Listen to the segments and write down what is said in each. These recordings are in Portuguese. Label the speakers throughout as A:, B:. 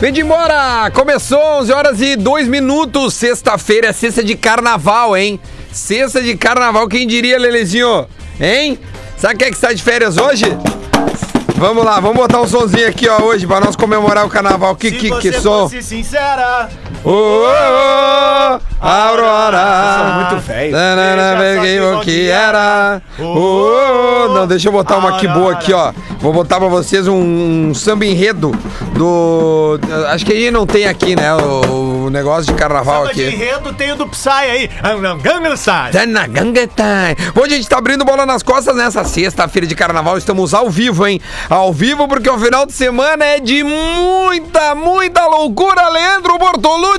A: Vem de embora! Começou 11 horas e 2 minutos. Sexta-feira é sexta de carnaval, hein? Sexta de carnaval, quem diria, Lelezinho? Hein? Sabe quem é que está de férias hoje? Vamos lá, vamos botar um sonzinho aqui, ó, hoje, pra nós comemorar o carnaval. Que,
B: Se
A: que,
B: você
A: que Ah, som?
B: fosse sincera,
A: Ô, ô, ô, Aurora!
B: Vocês são muito velho.
A: Na, na, na,
B: Veja só é.
A: peguei
B: que
A: o
B: bom
A: que
B: dia.
A: era. Ô, ô, ô. Não, deixa eu botar uma aqui boa aqui, ó. Vou botar pra vocês um, um samba enredo do. Acho que aí não tem aqui, né? O, o negócio de carnaval
B: samba de
A: aqui.
B: enredo tem o do Psy aí. Gangnam Style.
A: Tá na ganga, tá. Hoje a gente tá abrindo bola nas costas nessa sexta-feira de carnaval. Estamos ao vivo, hein? Ao vivo porque o final de semana é de muita, muita loucura, Leandro Bortolucci.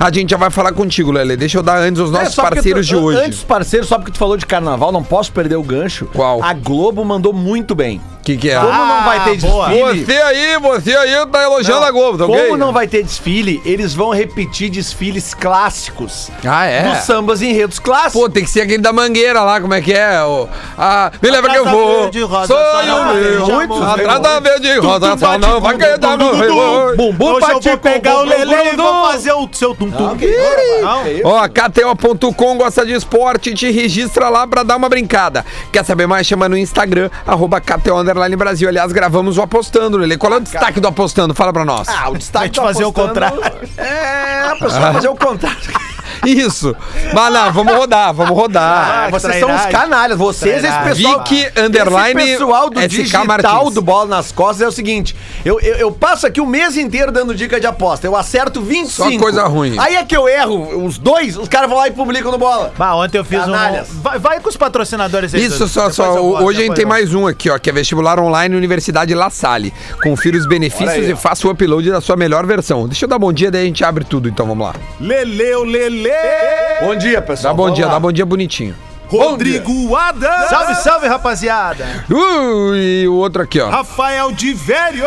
A: A gente já vai falar contigo, Lele. Deixa eu dar antes os nossos
C: É, só porque
A: parceiros de
C: tu-
A: hoje.
C: Antes, parceiros, só porque tu falou de carnaval, não posso perder o gancho.
A: Qual?
C: A Globo mandou muito bem.
A: O que, que é?
C: Como
B: Ah,
C: não vai ter
B: boa.
C: desfile?
A: Você aí, você aí tá elogiando a Globo, tá
C: Como
A: ok?
C: não vai ter desfile, eles vão repetir desfiles clássicos.
A: Ah, é?
C: Dos sambas e enredos clássicos.
A: Pô, tem que ser aquele da mangueira lá, como é que é? O, ah, me leva que eu
B: Atrás da
A: vou.
B: verde, rosa, só
A: Sonho
B: não
A: meu.
B: veja
A: Muito
B: amor.
A: Atrás da verde, rosa, só não vai tá cair da mão.
C: Bumbum
B: Hoje
C: pra
B: eu
C: ti,
B: vou pegar
C: bumbum,
B: o Lele e vou
C: bumbum.
B: fazer o seu
A: Ah,
B: tum-tum.
C: Não.
A: Ó, KTO.com gosta de esporte, te registra lá pra dar uma brincada. Quer saber mais? Chama no Instagram, arroba KTO Underline Brasil. Aliás, gravamos o apostando, Lele. Qual é o destaque do apostando? Fala pra nós.
C: Ah, o destaque
B: Vai te fazer o
C: apostando- É, a pessoa vai fazer o contrário.
A: Isso. Mas não, vamos rodar, vamos rodar.
C: Ah, vocês são os
B: trairagem.
C: canalhas. Vocês,
B: Trairagem.
C: esse pessoal.
A: Vicky, underline,
C: esse pessoal do
A: SK
C: digital
A: Martins.
C: do Bola nas Costas é o seguinte: eu, eu, eu passo aqui o mês inteiro dando dica de aposta. Eu acerto 25.
A: Só coisa ruim.
C: Aí é que eu erro os dois, os caras vão lá e publicam no Bola.
B: Bah, ontem eu fiz
C: Canalhas.
B: um... Vai, vai com os patrocinadores aí.
A: Isso,
B: Dudu.
A: só,
B: Depois
A: só.
B: eu
A: o-
B: volto,
A: Hoje a gente
B: depois
A: tem
B: eu
A: mais um aqui, ó, que é vestibular online Universidade La Salle. Confira os benefícios
C: Olha aí,
A: e
C: ó.
A: faça o upload da sua melhor versão. Deixa eu dar bom dia, daí a gente abre tudo, então vamos lá.
B: volto. Leleu, Lele.
C: Bom dia,
A: Dá
C: pessoal.
A: bom
C: Vamos
A: dia,
C: lá.
A: dá bom dia bonitinho.
B: Rodrigo Adams. Salve, salve, rapaziada.
A: Uh, e o outro aqui, ó.
B: Rafael de Velho.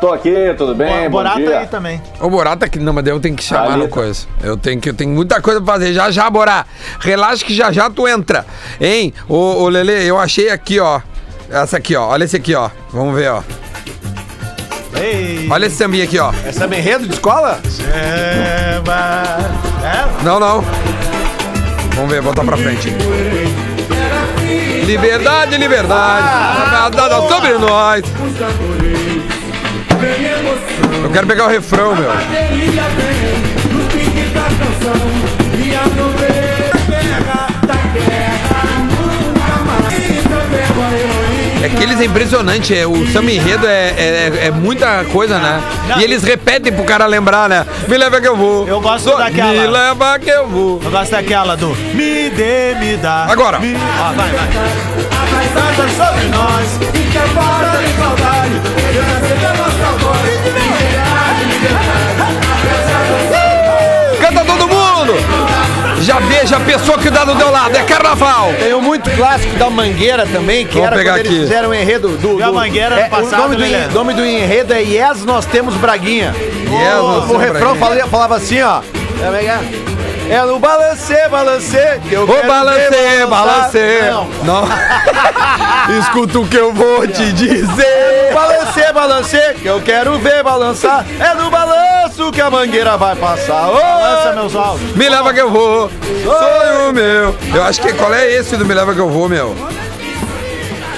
D: Tô aqui, tudo bem? Bom,
B: Borato
D: dia.
B: aí também.
A: O Borata aqui. Não, mas daí eu tenho que chamar no
D: Alita.
A: coisa. Eu tenho que eu tenho muita coisa pra fazer. Já já, Borá. Relaxa que já já tu entra. Hein? Ô, ô Lele, eu achei aqui, ó. Essa aqui, ó. Olha esse aqui, ó. Vamos ver, ó.
B: Ei.
A: Olha esse sambinha aqui, ó.
C: Essa é enredo de escola?
B: Chama. É?
A: Não, não. Vamos ver, botar pra frente. Liberdade, liberdade. Dada sobre nós. Eu quero pegar o refrão, meu. É que eles é impressionante, é, o samba enredo é, é- é- é muita coisa, né? E eles repetem pro cara lembrar, né? Me leva que eu vou.
B: Eu gosto daquela.
A: Me leva que eu vou.
B: Eu gosto daquela do Me dê, me dá.
A: Agora.
B: Me... Ó, vai, vai. Nada sobre nós. E que é agora tem saudade.
A: Canta todo mundo! Já veja a pessoa que dá do teu lado, é carnaval!
C: Tem um muito clássico da Mangueira também, que
A: Vamos
C: era
A: pegar
C: quando
A: aqui.
C: eles fizeram o enredo do...
B: E a
C: do-
B: Mangueira
C: é,
B: passado,
C: o nome, do,
B: né,
C: en- nome do enredo é Yes, Nós Temos Braguinha.
A: Yes, Nós
C: o
A: Temos
C: refrão
A: Braguinha.
C: falava, falava assim, ó. Como é que é? É no balancê, balancê. que eu
A: Ô
C: quero
A: balancê,
C: ver
A: balancê!
C: balançar. Não.
A: Não! Escuta o que eu vou te dizer!
C: Balancê, balancê, que eu quero ver balançar. É no balanço que a mangueira vai passar. Ô,
B: Lança meus alvos.
A: Me leva que eu vou! Sonho meu! Eu acho que qual é esse do Me leva que eu vou, meu?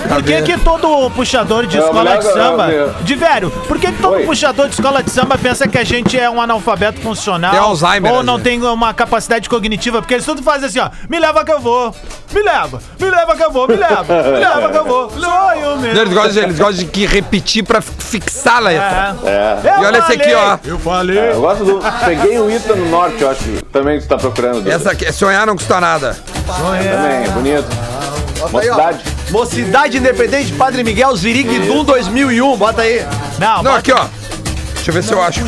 B: Por que, que todo puxador de
D: Eu
B: escola
D: levo-
B: de samba.
D: eu-
B: De velho, por que, que todo
D: Oi.
B: puxador de escola de samba pensa que a gente é um analfabeto funcional?
A: Tem Alzheimer,
B: Ou
A: né,
B: não
A: gente?
B: tem uma capacidade cognitiva? Porque eles tudo fazem assim, ó. Me leva que eu vou. Me leva. Me leva que eu vou. Me leva. Me leva que eu vou. Sonho meu.
A: Eles gostam, de- eles gostam de que repetir pra fixar né? a letra.
B: É.
D: É.
B: Eu
A: E olha esse aqui, ó.
B: falei, Eu falei.
D: Eu gosto do. Peguei o Ita no norte, eu acho. Também que tu tá procurando. Dudu.
A: Essa aqui, sonhar não custa nada.
D: Também, é bonito.
C: Bota aí, ó.
D: Mocidade.
C: Mocidade Independente, Padre Miguel,
A: Um,
C: Ziriguidum 2001. Bota aí.
B: Não,
A: Não,
B: bota-
A: aqui, ó. Deixa eu ver se eu acho.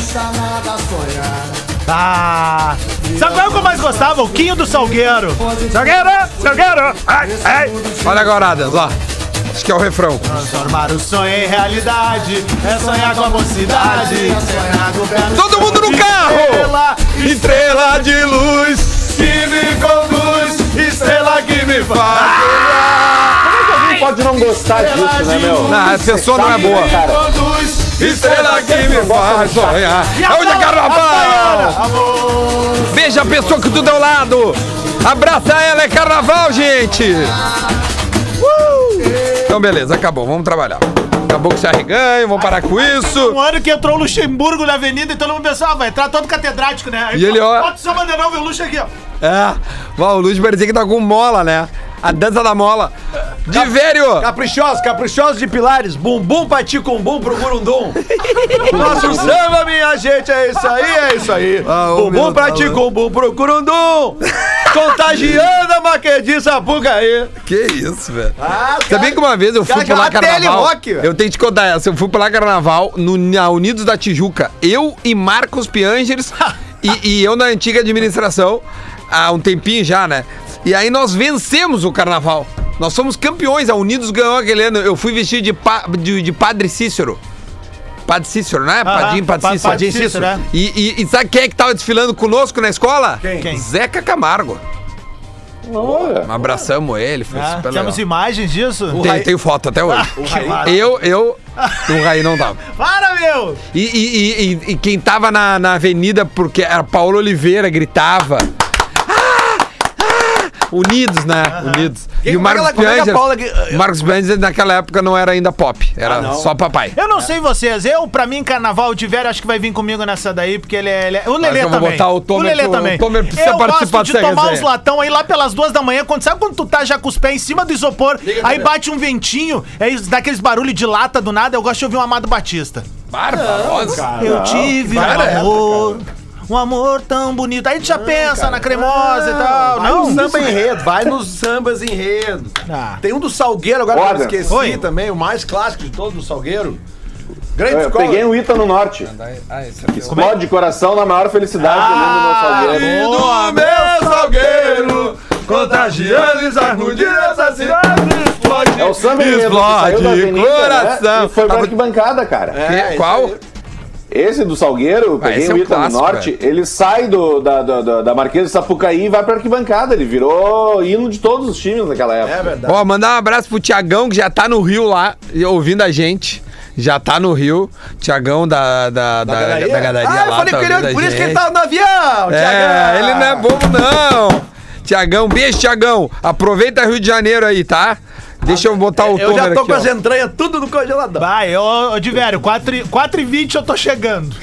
B: Ah, sabe qual é o que eu mais gostava? O Quinho do Salgueiro. Salgueiro, Salgueiro. Ai, ai.
A: Olha agora, Adas, ó. Acho que é o refrão.
B: Transformar o sonho em realidade é sonhar com a mocidade. É sonhar com o pé no
A: Todo mundo no carro!
B: Estrela,
A: Estrela de luz
B: que me conduz, estrela que me faz.
D: Alguém pode não gostar disso, né, meu?
A: Não, a Ah, pessoa não é boa.
D: Cara,
B: conduz,
A: estrela que me faz sonhar. É hoje é carnaval! Veja a pessoa que tu deu ao lado! Abraça ela, é carnaval, gente! Uh! Então, beleza, acabou, vamos trabalhar. Acabou com esse arreganho, vamos parar com isso.
B: Um ano que entrou o Luxemburgo na avenida e todo mundo pensou, ah, vai entrar todo catedrático, né? Aí,
A: E ele, ó-
B: Bota o seu bandeirão, meu luxo aqui, ó.
A: É, Ó, o Luiz parecia que tá com mola, né? A dança da mola. De velho!
C: Caprichosos, caprichosos de pilares. Bumbum paticumbum pro burundum. um Nosso samba, minha gente, é isso aí, é isso aí.
A: Ah, ô,
C: bumbum
A: meu
C: paticumbum pro curundum. um Contagiando a Maquedi Sapucaí.
A: Que isso, velho.
C: Ah,
A: Sabia que uma vez eu fui
C: Cara,
A: pular
C: aquela tele
A: carnaval.
C: rock, velho.
A: eu tenho que te contar essa. Eu fui pular carnaval no, na Unidos da Tijuca. Eu e Marcos Piangers e, e eu na antiga administração há um tempinho já, né? E aí nós vencemos o carnaval. Nós somos campeões. A Unidos ganhou aquele ano. Eu fui vestido de, pa- de- de Padre Cícero. Padre Cícero, né? Padinho, Padre
B: pa-
A: Cícero.
B: Padinho Cícero, é.
A: E, e- e sabe quem é que tava desfilando conosco na escola?
B: Quem?
A: Zeca Camargo.
D: Olha.
A: Abraçamos ele, foi
B: Ah,
A: super legal.
B: temos imagens disso?
A: Tem, tem foto até hoje.
B: Raí.
A: eu, eu. O Raí não tava.
B: Para, meu!
A: E, e- e- e- e quem tava na, na avenida, porque era Paulo Oliveira, gritava. Ah! Ah! Unidos, né? Unidos. E o
C: como é que
A: Marcos
C: ela- como é que a
A: Pianger.
C: Paula que- Ah,
A: o Marcos Pianger naquela época não era ainda pop, era só papai.
B: Eu não sei vocês, eu, pra mim, carnaval, o Tiverio acho que vai vir comigo nessa daí, porque ele é. Ele é- o Lelê
A: eu vou
B: também.
A: botar o Tomer,
B: Lelê
A: o
B: também.
A: Tomer precisa
B: eu
A: participar
B: gosto de
A: dessa
B: tomar
A: resenha.
B: uns latão aí lá pelas duas da manhã, quando, sabe quando tu tá já com os pés em cima do isopor, aí bate um ventinho, aí dá aqueles barulho de lata do nada, eu gosto de ouvir um Amado Batista.
A: Barbarosa.
B: eu tive um
A: cara é essa,
B: amor. Um amor tão bonito. Aí a gente já pensa na cremosa e tal.
C: Vai
B: Não,
C: no samba enredo, vai nos sambas enredos.
B: Ah.
C: Tem um do Salgueiro agora que eu
D: Olha.
C: esqueci
B: Oi.
C: também, o mais clássico de todos do Salgueiro. Grande
D: É, Eu
C: escola.
D: peguei um o Ita no norte. Explode de coração na maior felicidade olhando o meu salgueiro.
C: do meu Salgueiro, contagiando e sacudindo essa cidade.
D: É o samba enredo que saiu da avenida,
A: coração.
D: Né? E foi pra
A: Tava-
D: arquibancada, cara.
A: Que-
C: É,
A: Qual?
D: Esse do Salgueiro, eu
A: Ah,
D: peguei
A: esse é
D: o
A: um
D: Ita
A: clássico,
D: no Norte, ele sai do, da, da, da, da Marquesa de Sapucaí e vai pra arquibancada. Ele virou hino de todos os times naquela época.
C: É verdade.
A: Ó, mandar um abraço pro Tiagão, que já tá no Rio lá, e ouvindo a gente. Já tá no Rio. Tiagão da, da, da, da,
C: Gadaria?
A: Gadaria
C: Ah,
A: lá.
C: eu falei
A: tá
C: com
A: ouvindo
C: ele antes,
A: a
C: por isso que ele
A: gente.
C: tava no avião,
A: É, ele não é bobo, não. Tiagão, beijo, Tiagão. Aproveita Rio de Janeiro aí, tá? Deixa eu botar o
C: Eu já
A: Tomer
C: tô com as
A: aqui, ó.
C: entranhas tudo no congelador.
B: Vai, ô, ô Diverio, 4h20 eu tô chegando.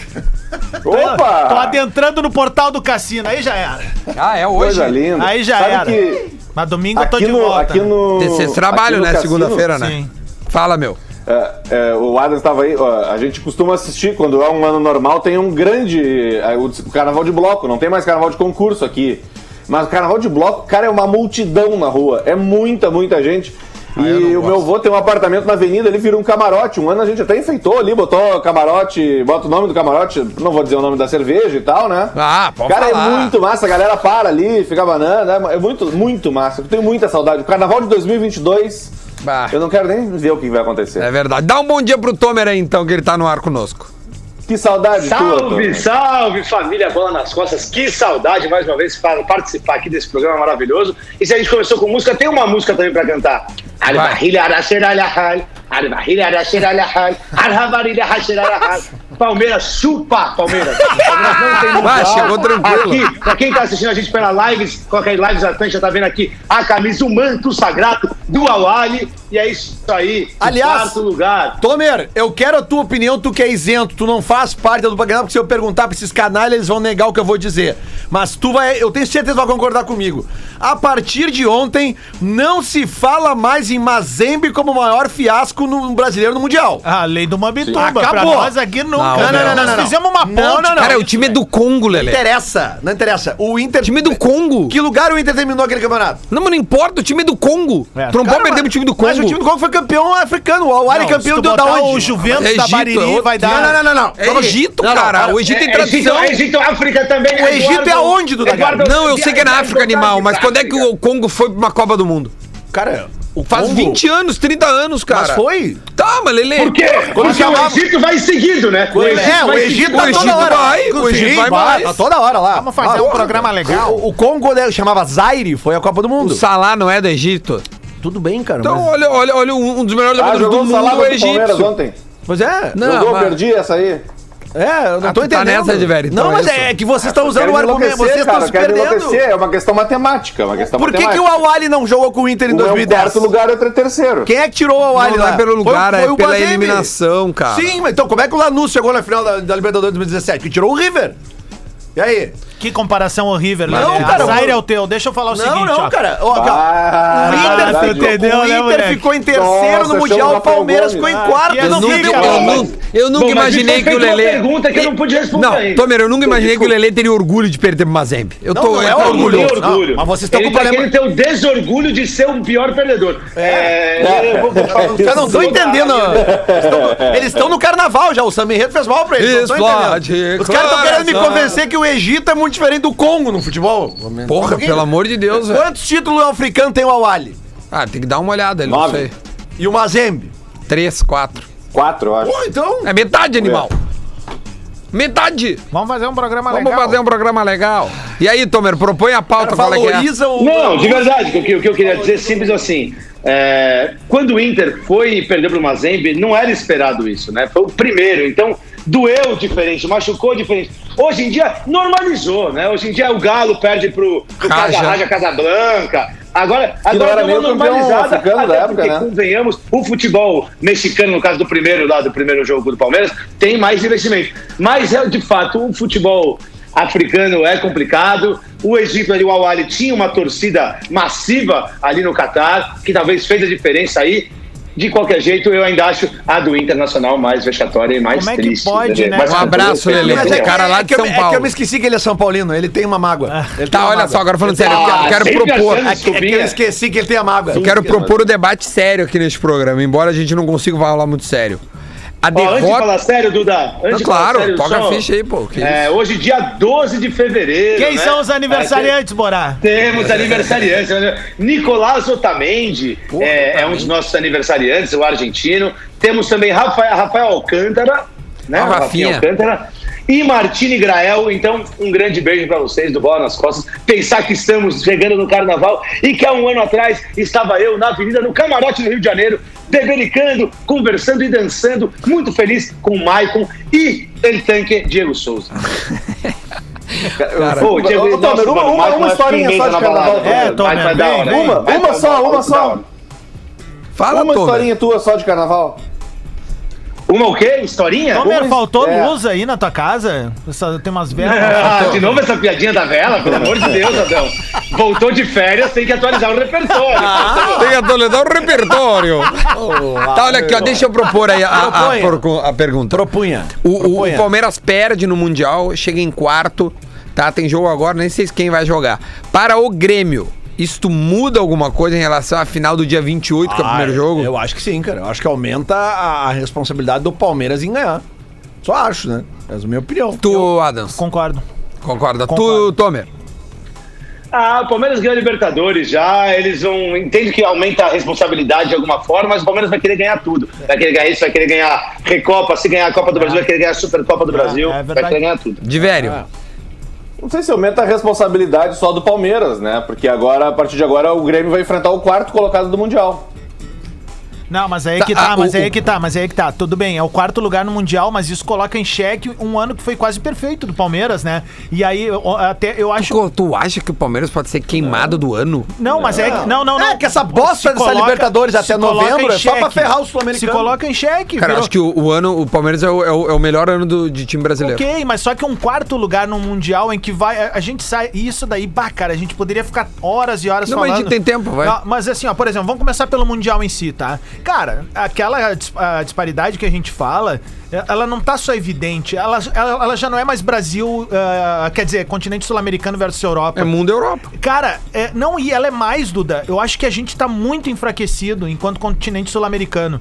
D: Opa!
B: Tô adentrando no portal do cassino, aí já era.
A: Ah, é hoje?
D: Coisa linda.
B: Aí já
D: Sabe
B: era.
D: Que
B: Mas domingo eu tô
D: aqui
B: de
D: no,
B: volta.
D: aqui no.
A: Vocês trabalham,
D: aqui no
A: né?
D: cassino,
A: Segunda-feira, né?
B: Sim.
A: Fala, meu.
D: É, é, o Adam estava aí, ó, a gente costuma assistir quando é um ano normal, tem um grande. é, o, o carnaval de bloco, não tem mais carnaval de concurso aqui. Mas o carnaval de bloco, cara, é uma multidão na rua. É muita, muita gente.
B: Ah,
D: E o meu avô tem um apartamento na avenida, ele virou um camarote. Um ano a gente até enfeitou ali, botou camarote, bota o nome do camarote, não vou dizer o nome da cerveja e tal, né?
A: Ah, pode
D: Cara,
A: falar.
D: é muito massa, a galera para ali, fica banana, é muito, muito massa. Eu tenho muita saudade. O carnaval de 2022,
A: Bah.
D: eu não quero nem ver o que vai acontecer.
A: Ah. É verdade. Dá um bom dia pro Tomer aí, então, que ele tá no ar conosco.
D: Que saudade tua,
E: Salve,
D: Antônio.
E: salve, família Bola nas Costas. Que saudade mais uma vez para participar aqui desse programa maravilhoso. E se a gente começou com música, tem uma música também para cantar. Ali
A: Vai.
E: barrilha, ara, xeralha, ral. Ali barrilha, ara, xeralha, ral. Arra, barilha, ra, xeralha, ral. Palmeiras, chupa, Palmeiras. Palmeiras não tem
A: Vai,
E: mundial.
A: chegou tranquilo.
E: Aqui, Pra quem tá assistindo a gente pela lives, coloca aí lives atante, já tá vendo aqui a camisa, o manto sagrado do Awali. E é isso aí.
C: Aliás,
E: quarto lugar.
C: Tomer, eu quero a tua opinião, tu que é isento, tu não faz parte do programa, porque se eu perguntar pra esses canalhas, eles vão negar o que eu vou dizer. Mas tu vai, eu tenho certeza que vai concordar comigo. A partir de ontem, não se fala mais em Mazembe como o maior fiasco no brasileiro no Mundial.
B: Ah, A lei do Mambituba,
C: Acabou.
B: pra nós aqui
A: Não,
B: nunca.
A: não, não,
B: Nós
C: não, não.
B: fizemos uma ponte.
C: Não, não, não.
A: Cara, é o time é do Congo,
C: Não
A: Lelé.
C: interessa, não interessa. O Inter.
A: Time do Congo.
C: Que lugar o Inter terminou aquele campeonato?
A: Não, mas não importa, o time é do Congo.
B: É.
A: Tu não pode
C: Cara,
A: perder pro
C: mas-
A: time do Congo.
C: Mas o time do Congo foi campeão africano. O Ari
B: Não,
C: campeão
B: se tu
C: deu da
B: botar
C: onde?
B: O Juventus
A: É
B: da
A: Egito,
B: Bariri
A: é outro-
B: vai dar.
C: Não, não, não, não.
A: É Egito,
C: Não, não,
A: cara. é,
C: para.
A: O Egito tem
E: Egito,
A: tradição.
E: Egito, África também.
C: O Egito é aonde, Duda
E: Eduardo-
A: Não, eu sei que é na África, animal, mas quando é que o Congo foi pra uma Copa do Mundo?
C: Cara, o
A: Faz
C: Congo-
A: 20 anos, 30 anos, cara.
C: Mas foi?
A: Tá, mas Lelê.
E: Por quê? Porque o Egito vai seguindo, né? O Egito
C: É, o
E: vai
C: Egito
E: seguindo.
C: tá
A: O
C: toda
A: Egito
C: hora.
A: vai, o Egito vai mais.
C: Tá toda hora lá.
B: Vamos fazer
C: Ah,
B: um
C: porra.
B: programa legal.
C: O, o Congo né, chamava Zaire, foi a Copa do Mundo.
A: O Salah não é do Egito?
C: Tudo bem, cara.
A: Então,
C: mas-
A: olha, olha, olha, um um dos melhores
D: Ah,
A: jogadores
D: jogou
A: do
D: o
A: mundo é
D: Salada
A: o
D: do Palmeiras
A: Egito.
D: ontem.
C: Pois é.
A: Não,
D: eu
A: mas-
D: perdi essa aí.
C: É, eu não
A: Ah,
C: tô
A: tu tá
C: entendendo.
A: nessa de velho, então
C: não,
A: é
C: mas
A: isso.
C: é, que vocês estão usando
D: Quero
C: o
D: me
C: argumento. Vocês
D: enlouquecer,
C: estão
D: cara.
C: se
D: Quero me
C: perdendo.
D: enlouquecer. É uma questão matemática. é Uma questão
C: Por que, que
D: matemática.
C: o Awali não jogou com o Inter em
D: Um é o
C: 2010?
D: quarto lugar e outro é terceiro.
C: Quem é que tirou o Awali
A: Não, não
C: lá?
A: é pelo lugar, é pela
C: Guademi.
A: eliminação, cara.
C: Sim, mas então como é que o Lanús chegou na final da, da Libertadores 2017? Que tirou o River. E aí?
B: Que comparação horrível, né?
C: Não,
B: É,
C: cara,
B: Azaire
C: eu-
B: é o teu. Deixa eu falar o
C: não,
B: seguinte,
C: não,
B: ó.
C: cara. Ó, cara.
D: Ah,
C: O Inter,
B: tu
D: verdade.
C: ficou,
B: entendeu,
C: o
B: né,
C: Inter
B: moleque?
C: ficou em terceiro
D: Nossa,
C: no
D: chama
C: Mundial,
D: lá
C: o
D: pra
C: Palmeiras
D: Gomes.
C: ficou em
D: Ah,
C: quarto.
B: que
A: Eu
B: né? não
A: nunca,
B: fica,
A: eu
B: cara.
A: nu- eu nunca
E: Bom, mas
A: imaginei
E: me
A: que o
E: fez uma
A: Lelê.
E: pergunta que eu não pude responder
A: Não,
E: ainda.
A: Tomer, eu nunca imaginei que o Lelê teria orgulho de perder pro Mazembe. Eu tô.
C: não é
A: eu tô
C: orgulho,
E: Ele
A: orgulhoso.
E: tem
C: Não,
E: orgulho.
C: mas vocês estão
E: ele
C: com
E: tem
C: problema-
E: aquele teu desorgulho de ser um pior perdedor. É. eu vou- vou falar-
C: Eu não tô entendendo. Eles tão- Eles estão no carnaval já. O Sam Enredo fez mal pra eles. não tô
A: Explode,
C: entendendo. Os caras estão querendo me
A: coração.
C: convencer que o Egito é muito diferente do Congo no futebol.
A: Porra, pelo amor de Deus, velho.
C: Quantos títulos africanos tem o Awali?
A: Ah, tem que dar uma olhada ali, não
D: Nove.
A: sei.
C: E o Mazembe?
A: Três, quatro.
D: Quatro, eu acho.
C: Pô, então.
A: É metade, animal. Metade.
B: Vamos fazer um programa
A: Vamos fazer um programa legal. E aí, Tomer, propõe a pauta, qual é que é?
C: Valoriza o.
E: Não, de verdade, o que, o que eu queria dizer simples assim. é, quando o Inter foi e perdeu para o Mazembe, não era esperado isso, né? Foi o primeiro, então doeu diferente, machucou diferente. Hoje em dia normalizou, né? Hoje em dia o Galo perde pro, pro
A: Raja.
E: Casa Raja Casablanca. Agora,
D: não
E: agora
D: era
E: deu uma
D: nem o campeão
E: normalizada.
D: africano
E: até
D: da época,
E: porque,
D: né?
E: convenhamos, o futebol mexicano, no caso do primeiro lá, do primeiro jogo do Palmeiras, tem mais investimento. Mas, é, de fato, o futebol africano é complicado. O Egito ali, o Awali, tinha uma torcida massiva ali no Catar, que talvez fez a diferença aí. De qualquer jeito, eu ainda acho a do Internacional mais vexatória e mais
B: Como é que
E: triste.
B: pode, né?
E: Mais
A: Um abraço,
E: controversa,
A: Lelê.
E: né?
C: Mas é,
A: O cara lá
C: é
A: de
C: que eu-
A: São
C: É que eu
A: Paulo.
C: me esqueci que ele é São Paulino, ele tem uma mágoa. Ele tem
A: Tá,
C: uma
A: olha
C: mágoa.
A: só, agora falando sério, eu
E: Ah,
A: quero,
E: sempre
A: propor.
E: achando
C: É que, é que eu esqueci que ele tem a mágoa.
A: Eu quero propor o debate sério aqui neste programa, embora a gente não consiga falar muito sério. A
E: Ó, antes de falar
A: derrota.
E: sério, Duda. Antes
A: Não,
E: de falar
A: claro,
E: sério,
A: toca
E: só-
A: a ficha aí, pô. que
E: É,
A: isso.
E: hoje, dia 12 de fevereiro.
B: Quem
E: né?
B: são os
E: É,
B: aniversariantes, Borá?
E: Temos aniversariantes. Nicolás Otamendi é, é um dos nossos aniversariantes, o argentino. Temos também Rafael, Rafael Alcântara, né?
A: Ah, Rafinha.
E: Alcântara. E Martini Grael, então um grande beijo pra vocês do Bola nas Costas. Pensar que estamos chegando no carnaval e que há um ano atrás estava eu na Avenida do Camarote do Rio de Janeiro, bebericando, conversando e dançando, muito feliz com o Maicon e El Tanque Diego Souza.
D: Cara,
E: Pô, Diego,
D: ô,
E: nossa,
D: Tomer, uma,
E: mano,
D: uma,
E: Michael
D: uma
E: é
D: historinha
E: pinguenta
D: só
E: na
D: de carnaval. então,
E: balada.
B: É,
D: Tomer.
B: Tomer,
E: vai dar
B: bem,
E: hora,
D: Uma,
E: vai
D: uma
E: dar
D: só,
E: hora,
D: uma
E: vai dar
D: só.
E: hora.
A: Fala,
D: Uma
A: Tomer.
D: historinha tua só de carnaval.
E: Uma o quê? Historinha?
B: Tomer,
D: Gomes-
B: faltou
D: é.
B: luz aí na tua casa? Só Tem umas
A: É.
B: velas.
E: Ah, de novo essa piadinha da vela, pelo amor de Deus, Adão. Voltou de férias, tem que atualizar o repertório.
A: Tem que atualizar o repertório.
C: né?
A: Tá, olha aqui, ó, deixa eu propor aí a, a- a-
C: Proponha.
A: a pergunta.
C: Propunha.
A: O, o- o
C: Propunha.
A: Palmeiras perde no Mundial, chega em quarto, tá? Tem jogo agora, nem sei quem vai jogar. Para o Grêmio, isto muda alguma coisa em relação à final do dia 28,
B: Ah,
A: que é o primeiro jogo?
C: Ah, Eu acho que sim, cara. Eu acho que aumenta a, a responsabilidade do Palmeiras em ganhar. Só acho, né? Essa é a minha opinião.
A: Tu, Adams,
B: Concordo.
A: concorda?
B: concordo.
A: Tu, Tomer.
E: Ah, o Palmeiras ganhou a Libertadores já, eles vão. Entendo que aumenta a responsabilidade de alguma forma, mas o Palmeiras vai querer ganhar tudo. Vai querer ganhar isso, vai querer ganhar Recopa, se ganhar a Copa do Brasil, vai querer ganhar a Supercopa do Brasil,
B: é
E: vai
B: verdade.
E: querer ganhar tudo.
A: De velho.
B: Ah.
D: Não sei se aumenta a responsabilidade só do Palmeiras, né? Porque agora, a partir de agora, o Grêmio vai enfrentar o quarto colocado do Mundial.
B: Não, mas aí
A: Tá,
B: que tá,
A: ah,
B: mas
A: o-
B: aí
A: o-
B: que tá, mas aí que tá. Tudo bem, é o quarto lugar no Mundial, mas isso coloca em xeque um ano que foi quase perfeito do Palmeiras, né? E aí, eu- até eu acho.
A: Tu, tu acha que o Palmeiras pode ser queimado do ano?
B: Não, mas é que. Não, não, não.
C: É que essa bosta
B: Se
C: dessa Libertadores até
B: se coloca
C: novembro
B: em
C: é só pra
B: xeque.
C: ferrar o sul-americano.
B: Se coloca em xeque,
A: Cara, eu
B: virou-
A: acho que o, o ano, o Palmeiras é o, é o- é o melhor ano do, de time brasileiro.
B: Ok, mas só que um quarto lugar no Mundial em que vai. A, a gente sai. e Isso daí, bah, cara, a gente poderia ficar horas e horas
A: Não, mas
B: falando.
A: a gente tem tempo, vai.
B: Não, mas assim, ó, por exemplo, vamos começar pelo Mundial em si, tá? Cara, aquela dis- a disparidade que a gente fala, eh, ela não tá só evidente. Ela, ela, ela já não é mais Brasil, eh, quer dizer, continente sul-americano versus Europa.
A: É mundo Europa.
B: Cara, é, não, e ela é mais, Duda. Eu acho que a gente tá muito enfraquecido enquanto continente sul-americano.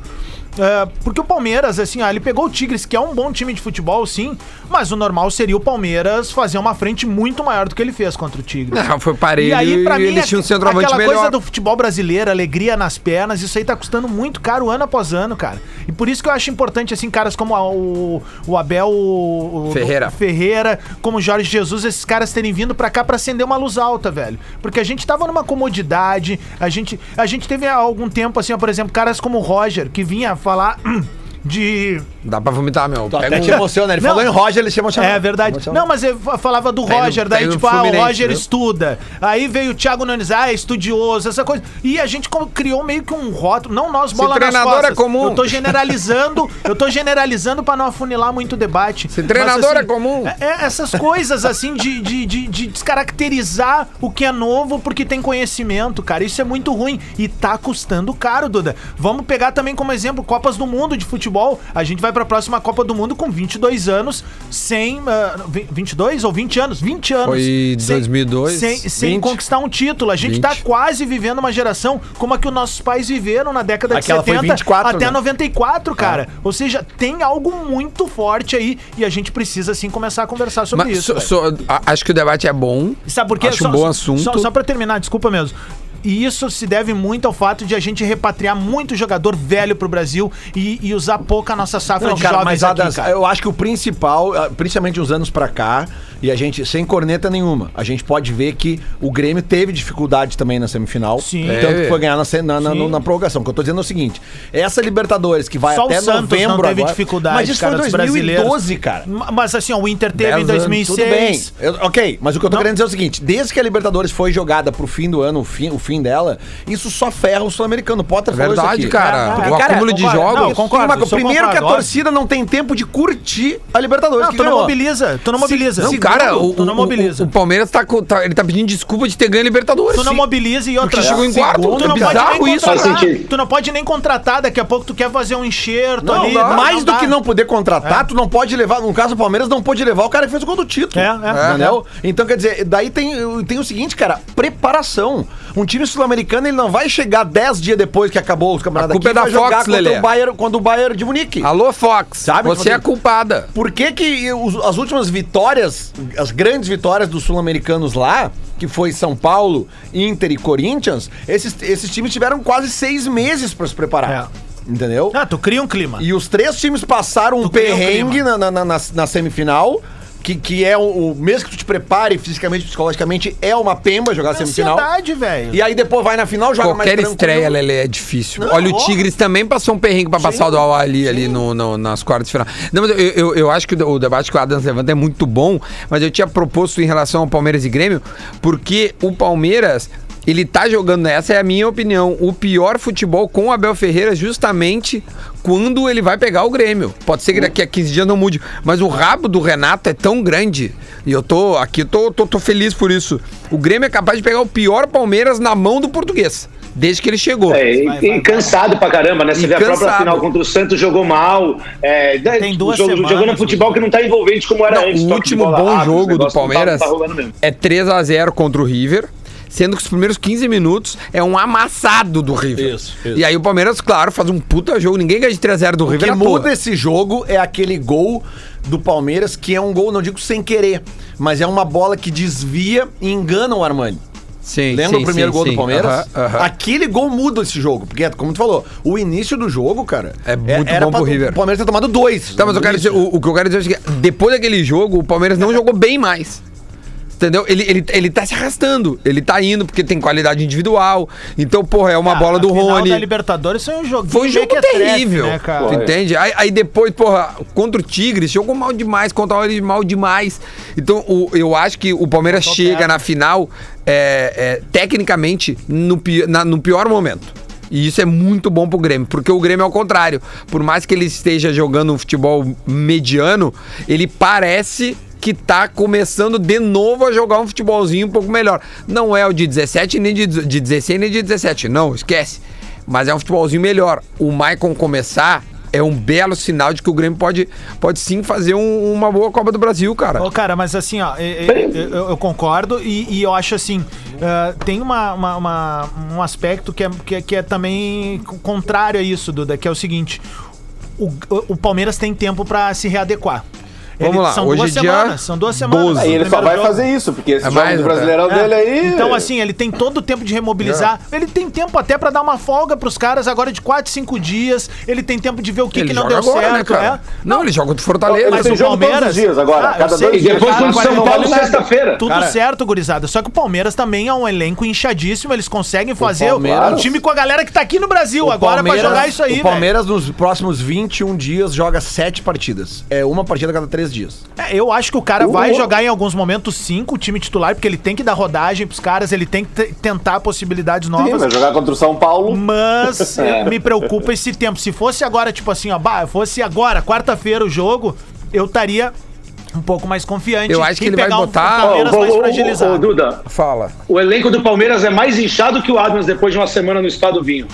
B: É, porque o Palmeiras, assim, ó, ele pegou o Tigres, que é um bom time de futebol, sim, mas o normal seria o Palmeiras fazer uma frente muito maior do que ele fez contra o Tigres.
A: Não, Ah, foi parelho
B: E aí, pra
A: e
B: mim,
A: eles tinham um
B: aqu-
A: centroavante
B: aquela
A: melhor.
B: coisa do futebol brasileiro, alegria nas pernas, isso aí tá custando muito caro ano após ano, cara. E por isso que eu acho importante, assim, caras como a- o, o Abel o, o-
A: Ferreira.
B: Ferreira, como o Jorge Jesus, esses caras terem vindo pra cá pra acender uma luz alta, velho. Porque a gente tava numa comodidade, a gente, a gente teve há algum tempo, assim, ó, por exemplo, caras como o Roger, que vinha falar. de.
A: Dá pra vomitar, meu.
C: Tu até
A: Pega
C: te
A: um...
C: emociona. né? Ele
B: Não.
C: falou em Roger, ele se emocionou.
B: É verdade.
C: Emocionou.
B: Não, mas eu fa- falava do
C: um-
A: Daí no-
B: Roger, daí,
A: daí no
B: tipo, ah, o
A: Fluminense,
B: Roger
A: né?
B: estuda. Aí veio o Thiago Nunes, ah, é estudioso, essa coisa. E a gente co- criou meio que um rótulo, não nós bola nas
A: treinador
B: costas.
A: é comum.
B: Eu tô generalizando, eu tô generalizando pra não afunilar muito o debate.
A: Esse treinador é comum.
B: é- é essas coisas assim de, de, de- de descaracterizar o que é novo porque tem conhecimento, cara. Isso é muito ruim e tá custando caro, Duda. Vamos pegar também como exemplo Copas do Mundo de futebol. A gente vai pra próxima Copa do Mundo com 22 anos, sem ah, vi- 22 ou 20 anos, 20 anos.
A: Foi
B: sem-
A: 2002,
B: Sem, sem
A: 20.
B: conquistar um título. A gente
A: 20.
B: tá quase vivendo uma geração como a que os nossos pais viveram na década
C: Aquela
B: de
C: foi
B: 70
C: 24,
B: até
C: né?
B: 94,
A: É.
B: cara. Ou seja, tem algo muito forte aí e a gente precisa sim começar a conversar sobre
A: Mas
B: isso.
A: so-
B: velho.
A: so- a- acho que o debate é bom.
B: Sabe por quê?
A: Acho um bom assunto.
B: Só, só pra terminar, desculpa mesmo. E isso se deve muito ao fato de a gente repatriar muito jogador velho pro Brasil e, e usar pouco a nossa safra
C: Não,
B: de
C: cara,
B: jovens
C: mas
B: aqui,
C: Adams,
B: cara.
C: eu acho que o principal, ah, principalmente uns anos pra cá, e a gente, sem corneta nenhuma, a gente pode ver que o Grêmio teve dificuldade também na semifinal.
B: Sim.
C: Tanto
A: Teve.
C: que foi ganhar na, se- na, na,
B: Sim.
C: na prorrogação. O que eu tô dizendo é o seguinte: essa Libertadores que vai
B: Só o
C: até
B: Santos não
C: novembro.
B: teve dificuldade,
C: mas isso
B: cara,
C: foi em
B: dos brasileiros.
C: 2012, cara.
B: Ma- Mas assim, ó, o Inter teve em
A: Dez anos,
B: 2006.
C: Tudo bem. Eu- ok, mas o que eu tô
B: Não.
C: querendo dizer é o seguinte: desde que a Libertadores foi jogada pro fim do ano, o fim, o fim dela, isso só ferra o sul-americano. O Potter falou isso
A: Verdade,
C: aqui.
A: cara.
B: É, é,
A: o
B: cara,
A: acúmulo de
B: concordo.
A: jogos.
B: Não, eu concordo.
C: Mas,
B: sou
C: primeiro que a
B: concordo, óbvio.
C: torcida não tem tempo de curtir a Libertadores.
B: Não,
C: que
B: tu não
C: ganhou.
B: mobiliza, tu não mobiliza.
A: Não, cara, o,
B: tu não
A: o-
B: mobiliza.
A: o- o Palmeiras tá, co- tá- ele tá pedindo desculpa de ter ganho a Libertadores.
B: Tu não
A: Sim.
B: mobiliza e outra.
A: Porque chegou em
B: Segundo,
A: quarto,
B: tu
A: é
B: não pode
A: bizarro
B: nem
A: isso, faz
B: contratar.
E: sentido.
B: Tu não pode nem contratar, daqui a pouco tu quer fazer um enxerto
C: Não,
B: ali.
C: dá.
B: não-
C: mais do
B: dá.
C: que não poder contratar, tu não pode levar. No caso, o Palmeiras não pôde levar o cara que fez o gol do título.
B: É, é.
C: Entendeu? Então, quer dizer, daí tem, tem o seguinte, cara: preparação. Um time sul-americano ele não vai chegar 10 dias depois que acabou os campeonatos
A: A culpa
C: aqui,
A: é
C: vai
A: da Fox,
C: contra
A: Lelé.
C: o Bayern, contra o Bayern de Munique.
A: Alô, Fox.
C: Sabe,
A: você é a
C: Rodrigo?
A: culpada.
C: Por que que os- as últimas vitórias, as grandes vitórias dos sul-americanos lá, que foi São Paulo, Inter e Corinthians, esses, esses times tiveram quase seis meses pra se preparar. Entendeu?
B: Ah, tu cria um clima.
C: E os três times passaram um
B: Tu cria um
C: perrengue na,
B: clima.
C: na, na- na- na semifinal. Que, que é o, o- Mesmo que tu te prepare fisicamente, psicologicamente, é uma pemba jogar a semifinal.
B: ansiedade, velho.
C: E aí depois vai na final, joga
A: Qualquer
C: mais tranquilo.
A: estreia, Lele, é difícil.
C: Não,
A: Olha, o
C: óbvio.
A: Tigres também passou um perrengue pra passar do Al-Ali ali no, no- nas quartas de final. Não, mas eu, eu, eu acho que o debate que o Adams levanta é muito bom, mas eu tinha proposto em relação ao Palmeiras e Grêmio, porque o Palmeiras. Ele tá jogando, essa é a minha opinião, o pior futebol com o Abel Ferreira justamente quando ele vai pegar o Grêmio. Pode ser que daqui a 15 dias não mude, mas o rabo do Renato é tão grande, e eu tô aqui, tô, tô, tô feliz por isso. O Grêmio é capaz de pegar o pior Palmeiras na mão do português, desde que ele chegou.
E: É, e,
B: Vai, vai,
E: e
B: vai.
E: cansado pra caramba, né? Você
A: E
E: vê a própria
A: cansado.
E: final contra o Santos, jogou mal. É, né,
B: Tem
E: o
B: duas
E: jogo,
B: semanas,
E: Jogando futebol que não tá envolvente como era
A: Não,
E: antes.
A: o
E: toque de
A: último
E: bola
A: bom
E: rápido,
A: jogo
E: esse
A: do
E: negócio não tá-
A: Palmeiras
E: Tá, rolando mesmo.
A: é 3 a 0 contra o River. Sendo que os primeiros 15 minutos é um amassado do River.
C: Isso, isso.
A: E aí o Palmeiras, claro, faz um puta jogo. Ninguém ganha de 3x0 do
C: O que
A: River à toa.
C: muda esse jogo é aquele gol do Palmeiras, que é um gol, não digo sem querer, mas é uma bola que desvia e engana o Armani.
A: Sim,
C: Lembra
A: sim,
C: o primeiro
A: sim,
C: gol
A: sim.
C: do Palmeiras?
A: Aham, aham.
C: Aquele gol muda esse jogo, porque, é como tu falou, o início do jogo, cara,
A: É muito
C: era
A: bom
C: pra
A: pro
C: o
A: River.
C: Palmeiras ter tomado dois.
A: Tá, mas eu quero dizer, o, o que eu quero dizer é que depois daquele jogo, o Palmeiras não jogou bem mais. Entendeu? Ele, ele, ele tá se arrastando. Ele tá indo porque tem qualidade individual. Então, porra, é uma
B: Ah,
A: bola
B: a
A: do
B: final
A: Rony.
B: da Libertadores foi um jogo
A: Foi um jogo terrível.
B: né, cara?
A: Tu entende? Aí, aí depois, porra, contra o Tigres, jogou mal demais, contra o Alves mal demais. Então, o- eu acho que o Palmeiras
B: Tô
A: chega
B: perto.
A: na final, é, é, tecnicamente, no, pi- na- no pior momento. E isso é muito bom pro Grêmio, porque o Grêmio é o contrário. Por mais que ele esteja jogando um futebol mediano, ele parece que tá começando de novo a jogar um futebolzinho um pouco melhor. Não é o de 17, nem de, de 16, nem de 17. Não, esquece. Mas é um futebolzinho melhor. O Maicon começar é um belo sinal de que o Grêmio pode, pode sim fazer um- uma boa Copa do Brasil, cara.
B: Ô, cara, mas assim, ó, e- e- eu, eu concordo e, e eu acho assim, ah, tem uma, uma- uma- um aspecto que é, que, é- que é também contrário a isso, Duda, que é o seguinte, o, o Palmeiras tem tempo pra se readequar.
A: Vamos lá,
B: São
A: hoje
B: duas
A: é dia
B: semanas. São duas semanas.
A: 12.
B: do
D: Aí ele só
B: primeiro
D: vai
B: jogo.
D: fazer isso, porque esse
A: É
D: jogo
A: mais
D: do
A: até.
D: Brasileirão
B: É.
D: dele aí.
B: Então, assim, ele tem todo o tempo de remobilizar.
A: É.
B: Ele tem tempo até pra dar uma folga pros caras agora de 4, 5 dias. Ele tem tempo de ver o que, que não deu
A: né,
B: certo. é.
A: Não, ele joga contra o Fortaleza.
D: Ele
A: Mas
D: tem
A: o-
D: jogo todos os dias agora,
B: eu
D: cada
B: sei,
D: dois
E: E depois
D: Cara,
E: contra o São
D: quarenta
E: Paulo
D: e nove,
E: sexta-feira.
B: Tudo certo, gurizada. Só que o Palmeiras também é um elenco inchadíssimo. Eles conseguem fazer o-
C: Palmeiras-
B: um time com a galera que tá aqui no Brasil
C: O
B: agora pra
C: Palmeiras-
B: jogar isso aí,
C: O
B: velho.
C: Palmeiras nos próximos 21 dias joga 7 partidas. É uma partida a cada 3 dias.
B: É, eu acho que o cara
D: O-
B: vai jogar em alguns momentos cinco o time titular, porque ele tem que dar rodagem pros caras, ele tem que te- tentar possibilidades
D: Sim,
B: novas.
D: vai jogar contra o São Paulo.
B: Mas eh, me preocupa esse tempo. Se fosse agora, tipo assim, ó, bah, fosse agora, quarta-feira o jogo, eu estaria um pouco mais confiante.
A: Eu acho que
B: em
A: ele vai
B: pegar um
A: botar-
B: Palmeiras
E: Ô,
B: mais
E: ô, ô,
B: fragilizado.
E: ô, Duda,
A: Fala.
E: o elenco do Palmeiras é mais inchado que o Adams depois de uma semana no estado vinho.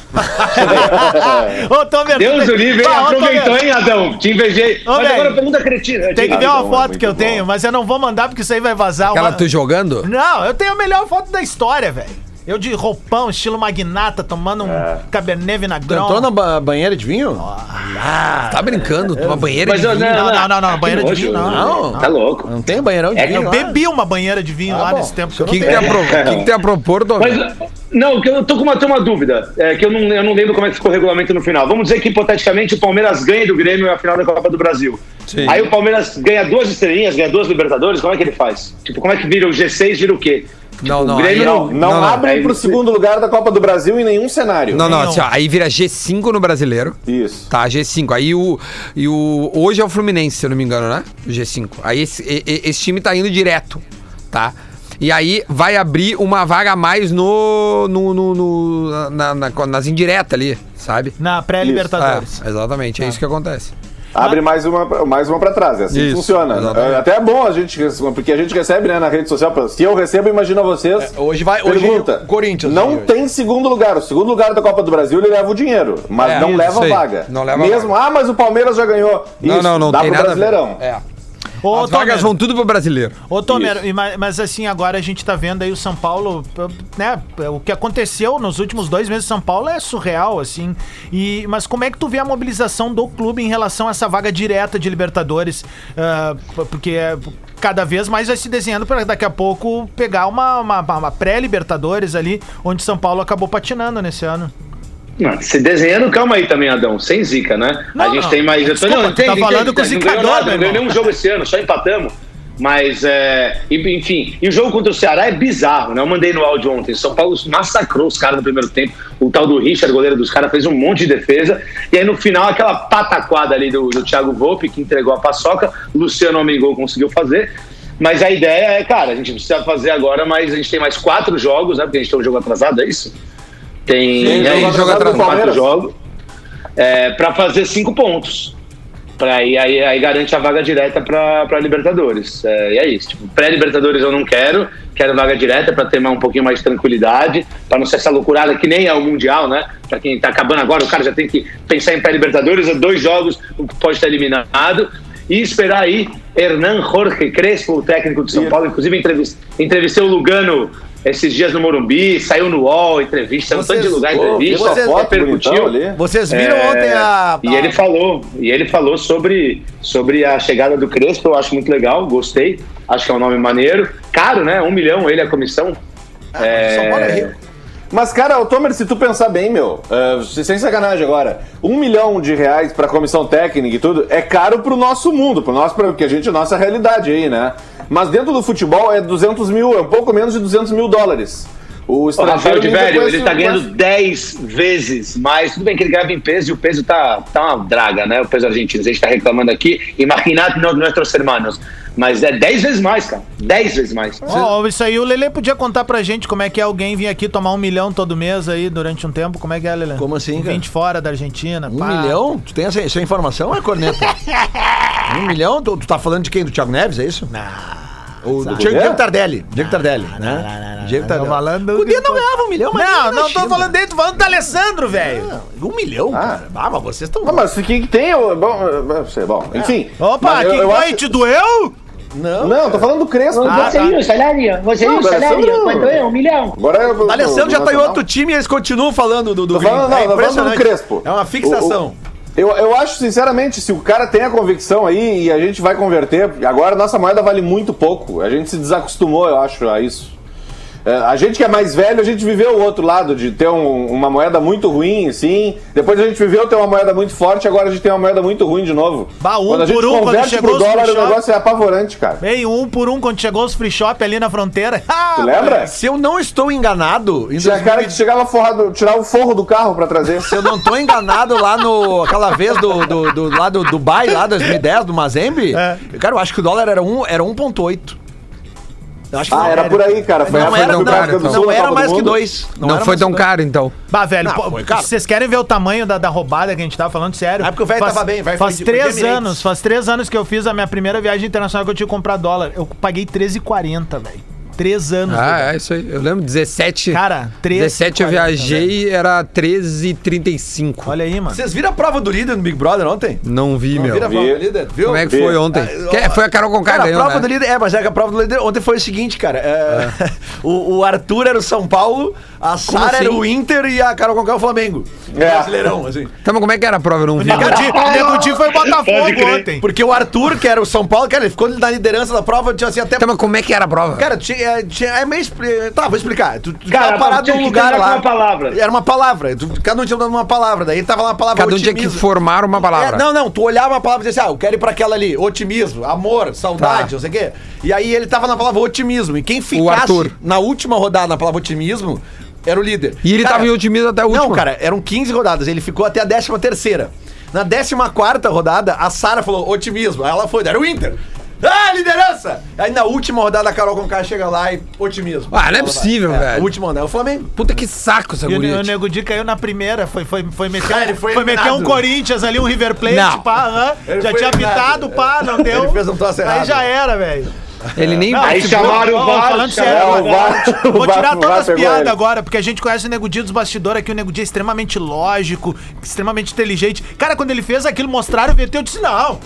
B: Ô, Tomer,
E: Deus
B: tem-
E: o livre, hein?
B: Bah, ô, Tomer,
E: Aproveitou, hein, Adão? Te invejei.
B: Ô,
E: Mas
B: velho,
E: agora pergunta é cretina.
B: Tem que ver
E: Diga.
B: uma
D: Adão, é
B: foto
D: muito
B: que eu
D: bom.
B: tenho, mas eu não vou mandar porque isso aí vai vazar.
A: Aquela
B: uma-
A: tu tá jogando?
B: Não, eu tenho a melhor foto da história, velho. Eu de roupão, estilo magnata, tomando um cabernet
C: Tu
B: vinagrão.
C: entrou na ba- banheira de vinho?
A: Tá brincando? Uma banheira
E: Mas
A: de
E: eu,
A: vinho.
E: não,
B: Não, não, não, banheira de
E: Que
B: vinho,
E: nojo,
B: não.
E: velho. Tá louco.
C: Não tem banheirão de
E: É que
C: vinho?
B: Eu
C: lá?
B: bebi uma banheira de vinho
C: Ah,
B: lá
C: bom.
B: nesse tempo.
C: Isso eu
A: O que, que,
C: não
A: tem
C: tenho.
A: a pro... o que, que tem a propor, Dom?
E: Mas, não, que eu tô com uma, tenho uma dúvida, é, que eu não, eu não lembro como é que ficou o regulamento no final. Vamos dizer que, hipoteticamente, o Palmeiras ganha do Grêmio na final da Copa do Brasil.
A: Sim.
E: Aí o Palmeiras ganha duas estrelinhas, ganha duas Libertadores, como é que ele faz? Tipo, como é que vira o G6, vira o quê? Tipo,
A: Não, não,
E: o Grêmio
A: aí-
E: não,
D: Não,
A: Não, não.
D: abrem
E: Aí
D: pro
E: você-
D: segundo lugar da Copa do Brasil em nenhum cenário.
A: Não, não,
B: Não.
A: assim, ó, aí vira G5 no brasileiro.
D: Isso.
A: Tá, G5. Aí o, e o. Hoje é o Fluminense, se eu não me engano, né? O G5. Aí esse, e- e- esse time tá indo direto, tá? E aí vai abrir uma vaga a mais no. no, no- no- na- na- nas indiretas ali, sabe?
B: Na pré-Libertadores.
A: É,
B: Tá.
A: exatamente, é isso que acontece.
D: Abre mais uma, mais uma pra trás, é assim que
A: Isso,
D: funciona.
A: exatamente.
D: É Até é bom a gente, porque a gente recebe né, na rede social. pra- Se eu recebo, imagina vocês.
C: É, hoje vai- hoje
D: Pergunta,
C: o Corinthians
D: Não
C: vai hoje.
D: tem segundo lugar. O segundo lugar da Copa do Brasil ele leva o dinheiro, mas
A: É,
D: não
A: isso
D: leva a
A: aí.
D: vaga.
A: Não leva
D: Mesmo, ah, mas o Palmeiras já ganhou.
A: não, não, não
D: dá
A: tem
D: pro
A: nada. a ver.
D: Brasileirão.
A: É.
B: Ô,
A: As vagas
B: Tomer,
A: vão tudo pro brasileiro.
B: Ô, Tomer, e ma- mas assim, agora a gente tá vendo aí o São Paulo, p- né? O que aconteceu nos últimos dois meses do São Paulo é surreal, assim. E, mas como é que tu vê a mobilização do clube em relação a essa vaga direta de Libertadores? Ah, p- porque é, cada vez mais vai se desenhando para daqui a pouco pegar uma, uma- uma pré-Libertadores ali, onde São Paulo acabou patinando nesse ano.
E: Não, se desenhando, calma aí também, Adão, sem zica, né? a
B: Não,
E: gente
B: não.
E: tem mais. eu tô-
B: Desculpa, tu tá falando com o
E: não ganhou
B: zicador, meu
E: nada, Não ganhou
B: irmão.
E: nenhum jogo esse ano, só empatamos. Mas, é, e- enfim, e o jogo contra o Ceará é bizarro, né? Eu mandei no áudio ontem. São Paulo massacrou os caras no primeiro tempo. O tal do Richard, goleiro dos caras, fez um monte de defesa. E aí, no final, aquela pataquada ali do, do Thiago Volpe, que entregou a paçoca. Luciano Amengol conseguiu fazer. Mas a ideia é, cara, a gente precisa fazer agora, mas a gente tem mais quatro jogos, né? Porque a gente tem um jogo atrasado, é isso? Tem,
D: Sim,
E: é
D: jogo
E: isso,
D: atrasado
E: quatro
D: do Palmeiras.
E: jogos é, para fazer cinco pontos. Pra aí, aí, aí garante a vaga direta para Libertadores. É, e é isso. Tipo, Pré-Libertadores eu não quero, quero vaga direta para ter mais- um pouquinho mais de tranquilidade, para não ser essa loucurada que nem é o Mundial, né? Para quem tá acabando agora, o cara já tem que pensar em pré-Libertadores, é dois jogos, o que pode estar eliminado. E esperar aí Hernan Jorge Crespo, o técnico de São Paulo, inclusive entrevis- entrevistei o Lugano esses dias no Morumbi, saiu no UOL, entrevista, um
C: Vocês-
E: tanto de lugar,
C: Pô,
E: entrevista,
C: vocês-
E: foto, percutiu.
D: bonitão ali.
C: Vocês viram
E: É,
C: ontem a.
E: E ele falou, e ele falou sobre, sobre a chegada do Crespo, eu acho muito legal, gostei, acho que é um nome maneiro. Caro, né? Um milhão ele a comissão.
C: É... São Paulo é rico.
D: Mas, cara, o Tomer, se tu pensar bem, meu, ah, sem sacanagem agora, um milhão de reais pra comissão técnica e tudo é caro pro nosso mundo, pro nosso, porque a gente, nossa realidade aí, né? Mas dentro do futebol é 200 mil, é um pouco menos de 200 mil dólares. O
E: O
C: né?
E: Rafael de
D: ainda com
E: Velho, ele
D: esse-
E: tá
D: com
E: ganhando
D: esse-
E: 10 vezes mais. Tudo bem que ele ganhava em peso e o peso tá, tá uma draga, né? O peso argentino. A gente tá reclamando aqui. Imaginado nós, nossos hermanos. Mas é 10 vezes mais, cara. 10 vezes mais.
B: Ó, isso aí o Lele podia contar pra gente como é que é alguém vir aqui tomar um milhão todo mês aí durante um tempo. Como é que é, Lele?
C: Como assim, cara?
B: 20 fora da Argentina.
C: Um milhão? Tu tem essa, essa informação, é corneta? um milhão? Tu, tu tá falando de quem? Do Thiago Neves, é isso? Não. O do Diego, Diego Tardelli. Diego Tardelli, né? Diego Tardelli.
B: falando-
C: o Diego não ganhava um milhão, mas
B: Não,
C: ganhava na
B: não tô
C: China.
B: falando dele, tô falando do Alessandro, velho.
C: Não, Um milhão, cara. Ah, mas vocês estão...
D: Ah, mas o que que tem? Eu- Bom, eu sei, bom, enfim.
B: Opa,
D: Mas eu-
B: que
D: eu
B: foi?
D: acho-
B: Te doeu?
C: Não.
D: Não, tô falando do Crespo.
B: Ah,
D: Você-
B: tá.
E: o salário? Você
D: Não, Alessandro-
E: Um milhão.
D: Agora eu,
C: O Alessandro já tá em
D: Nacional.
C: outro time e eles continuam falando do, do
D: Tô falando,
C: gringo.
D: não, tô falando do
C: é impressionante.
D: Crespo.
C: É uma fixação.
D: O, Eu, eu acho, sinceramente, se o cara tem a convicção aí e a gente vai converter, agora a nossa moeda vale muito pouco. A gente se desacostumou, eu acho, a isso. É, A gente que é mais velho, a gente viveu o outro lado de ter um- uma moeda muito ruim, assim. Depois a gente viveu ter uma moeda muito forte, agora a gente tem uma moeda muito ruim de novo.
B: Bah, um
D: quando a gente
B: por um, quando
D: converte
B: chegou
D: pro
B: os
D: dólar, o
B: puxados.
D: negócio é apavorante, cara.
B: Bem, um por um, quando chegou os free shop ali na fronteira. Ah,
D: Tu lembra?
C: Se eu não estou enganado, em
D: Tinha
C: 2000
D: cara que chegava forrado, tirar o forro do carro pra trazer.
C: se eu não estou enganado lá no. Aquela vez do, do, do, lá do Dubai, lá 2010, do Mazembe,
B: É.
C: cara, eu acho que o dólar era, um, era 1,8. Eu acho que
D: Ah,
C: não
D: era por aí, cara. Foi a
C: Não
D: época
C: era,
D: do
C: não,
D: Brasil,
C: não,
D: do Sul, da
C: era
D: Copa do
C: mais que
D: Mundo.
C: dois.
A: então. Não,
C: era
A: foi
C: mais
A: tão
C: que dois.
A: caro, então.
B: Bah, velho,
C: Ah,
B: pô,
C: foi, cara.
B: vocês querem ver o tamanho da, da roubada que a gente tava falando, sério?
C: É porque o velho
B: Faz-
C: tava bem, vai
B: Faz
C: foi de-
B: três
C: Emirates.
B: anos, faz três anos que eu fiz a minha primeira viagem internacional que eu tinha que comprar dólar. Eu paguei 13,40, velho. Três anos. velho.
A: Ah, é isso aí. Eu lembro 17.
B: Cara, 13,
A: 17 eu
B: 40,
A: viajei, era 13h35.
B: Olha aí, mano.
C: Vocês viram a prova do líder no Big Brother ontem?
A: Não vi, meu.
C: Viram a prova do líder? Viu?
A: Como é que foi
D: Vi.
A: ontem?
C: Ah,
A: Que- foi a Carol Conká
C: Cara,
A: que ganhou,
C: a prova
A: né?
C: do líder. É, mas é que a prova do líder ontem foi o seguinte, cara. é, o, o Arthur era o São Paulo, a Sara
A: assim?
C: era o Inter e a Carol Conká o Flamengo.
D: É.
C: Brasileirão, assim.
A: Tá, mas como é que era a prova? Eu não vi.
B: O Nego Di- o Nego Di foi o
E: Pode
B: Botafogo
E: crer.
B: ontem.
C: Porque o Arthur, que era o São Paulo, cara, ele ficou na liderança da prova, tinha assim até.
A: Tá, mas como é que era a prova?
C: Cara, tinha, tinha- é meio. expli- Tá, vou explicar. Tu, tu
E: Cara,
C: tava parado
E: tinha
C: num
E: que
C: lugar
E: terminar
C: lá.
E: com uma palavra.
C: Era uma palavra. tu- cada um tinha dado uma palavra. Daí tava lá uma palavra
A: Cada um tinha que
C: otimismo.
A: formar uma palavra.
C: É, não, não, tu olhava a palavra e dizia assim, ah, eu quero ir pra aquela ali, otimismo, amor, saudade,
A: Tá.
C: não sei o quê. E aí ele tava na palavra otimismo, e quem ficasse
A: Arthur.
C: na última rodada na palavra otimismo era o líder.
A: E ele tava em otimismo até a última.
C: Não, cara, eram 15 rodadas, ele ficou até a 13 terceira. Na 14 rodada, a Sara falou otimismo, aí ela foi, era o Inter. Ah, liderança! Aí na última rodada a Carol Conká chega lá e otimismo.
A: Ah, não é possível, velho.
C: Última rodada, é o Flamengo.
A: Puta que saco essa
B: E o,
A: guria.
B: o
A: tio.
B: Nego Di caiu na primeira, foi, foi, foi meter,
C: Ah, ele foi
B: foi meter um
C: eliminado.
B: Corinthians ali, um River Plate,
A: Não.
B: pá, aham.
C: Ele
B: já
C: foi
B: tinha
C: eliminado.
B: apitado, pá, não deu.
C: Ele fez um troço
B: Aí
C: errado.
B: já era, velho.
A: Ele nem...
B: Não,
E: Aí
B: tipo,
E: chamaram
B: ó,
E: o VAR,
B: Falando
E: chamaram
B: sério,
D: o
B: agora,
D: VAR, o
B: vou
D: VAR-
B: tirar
D: o VAR
B: todas as
D: pegou ele.
B: piadas agora, porque a gente conhece o Nego Dia dos bastidores aqui, o Nego Dia é extremamente lógico, extremamente inteligente. Cara, quando ele fez aquilo, mostraram o VT, eu disse não.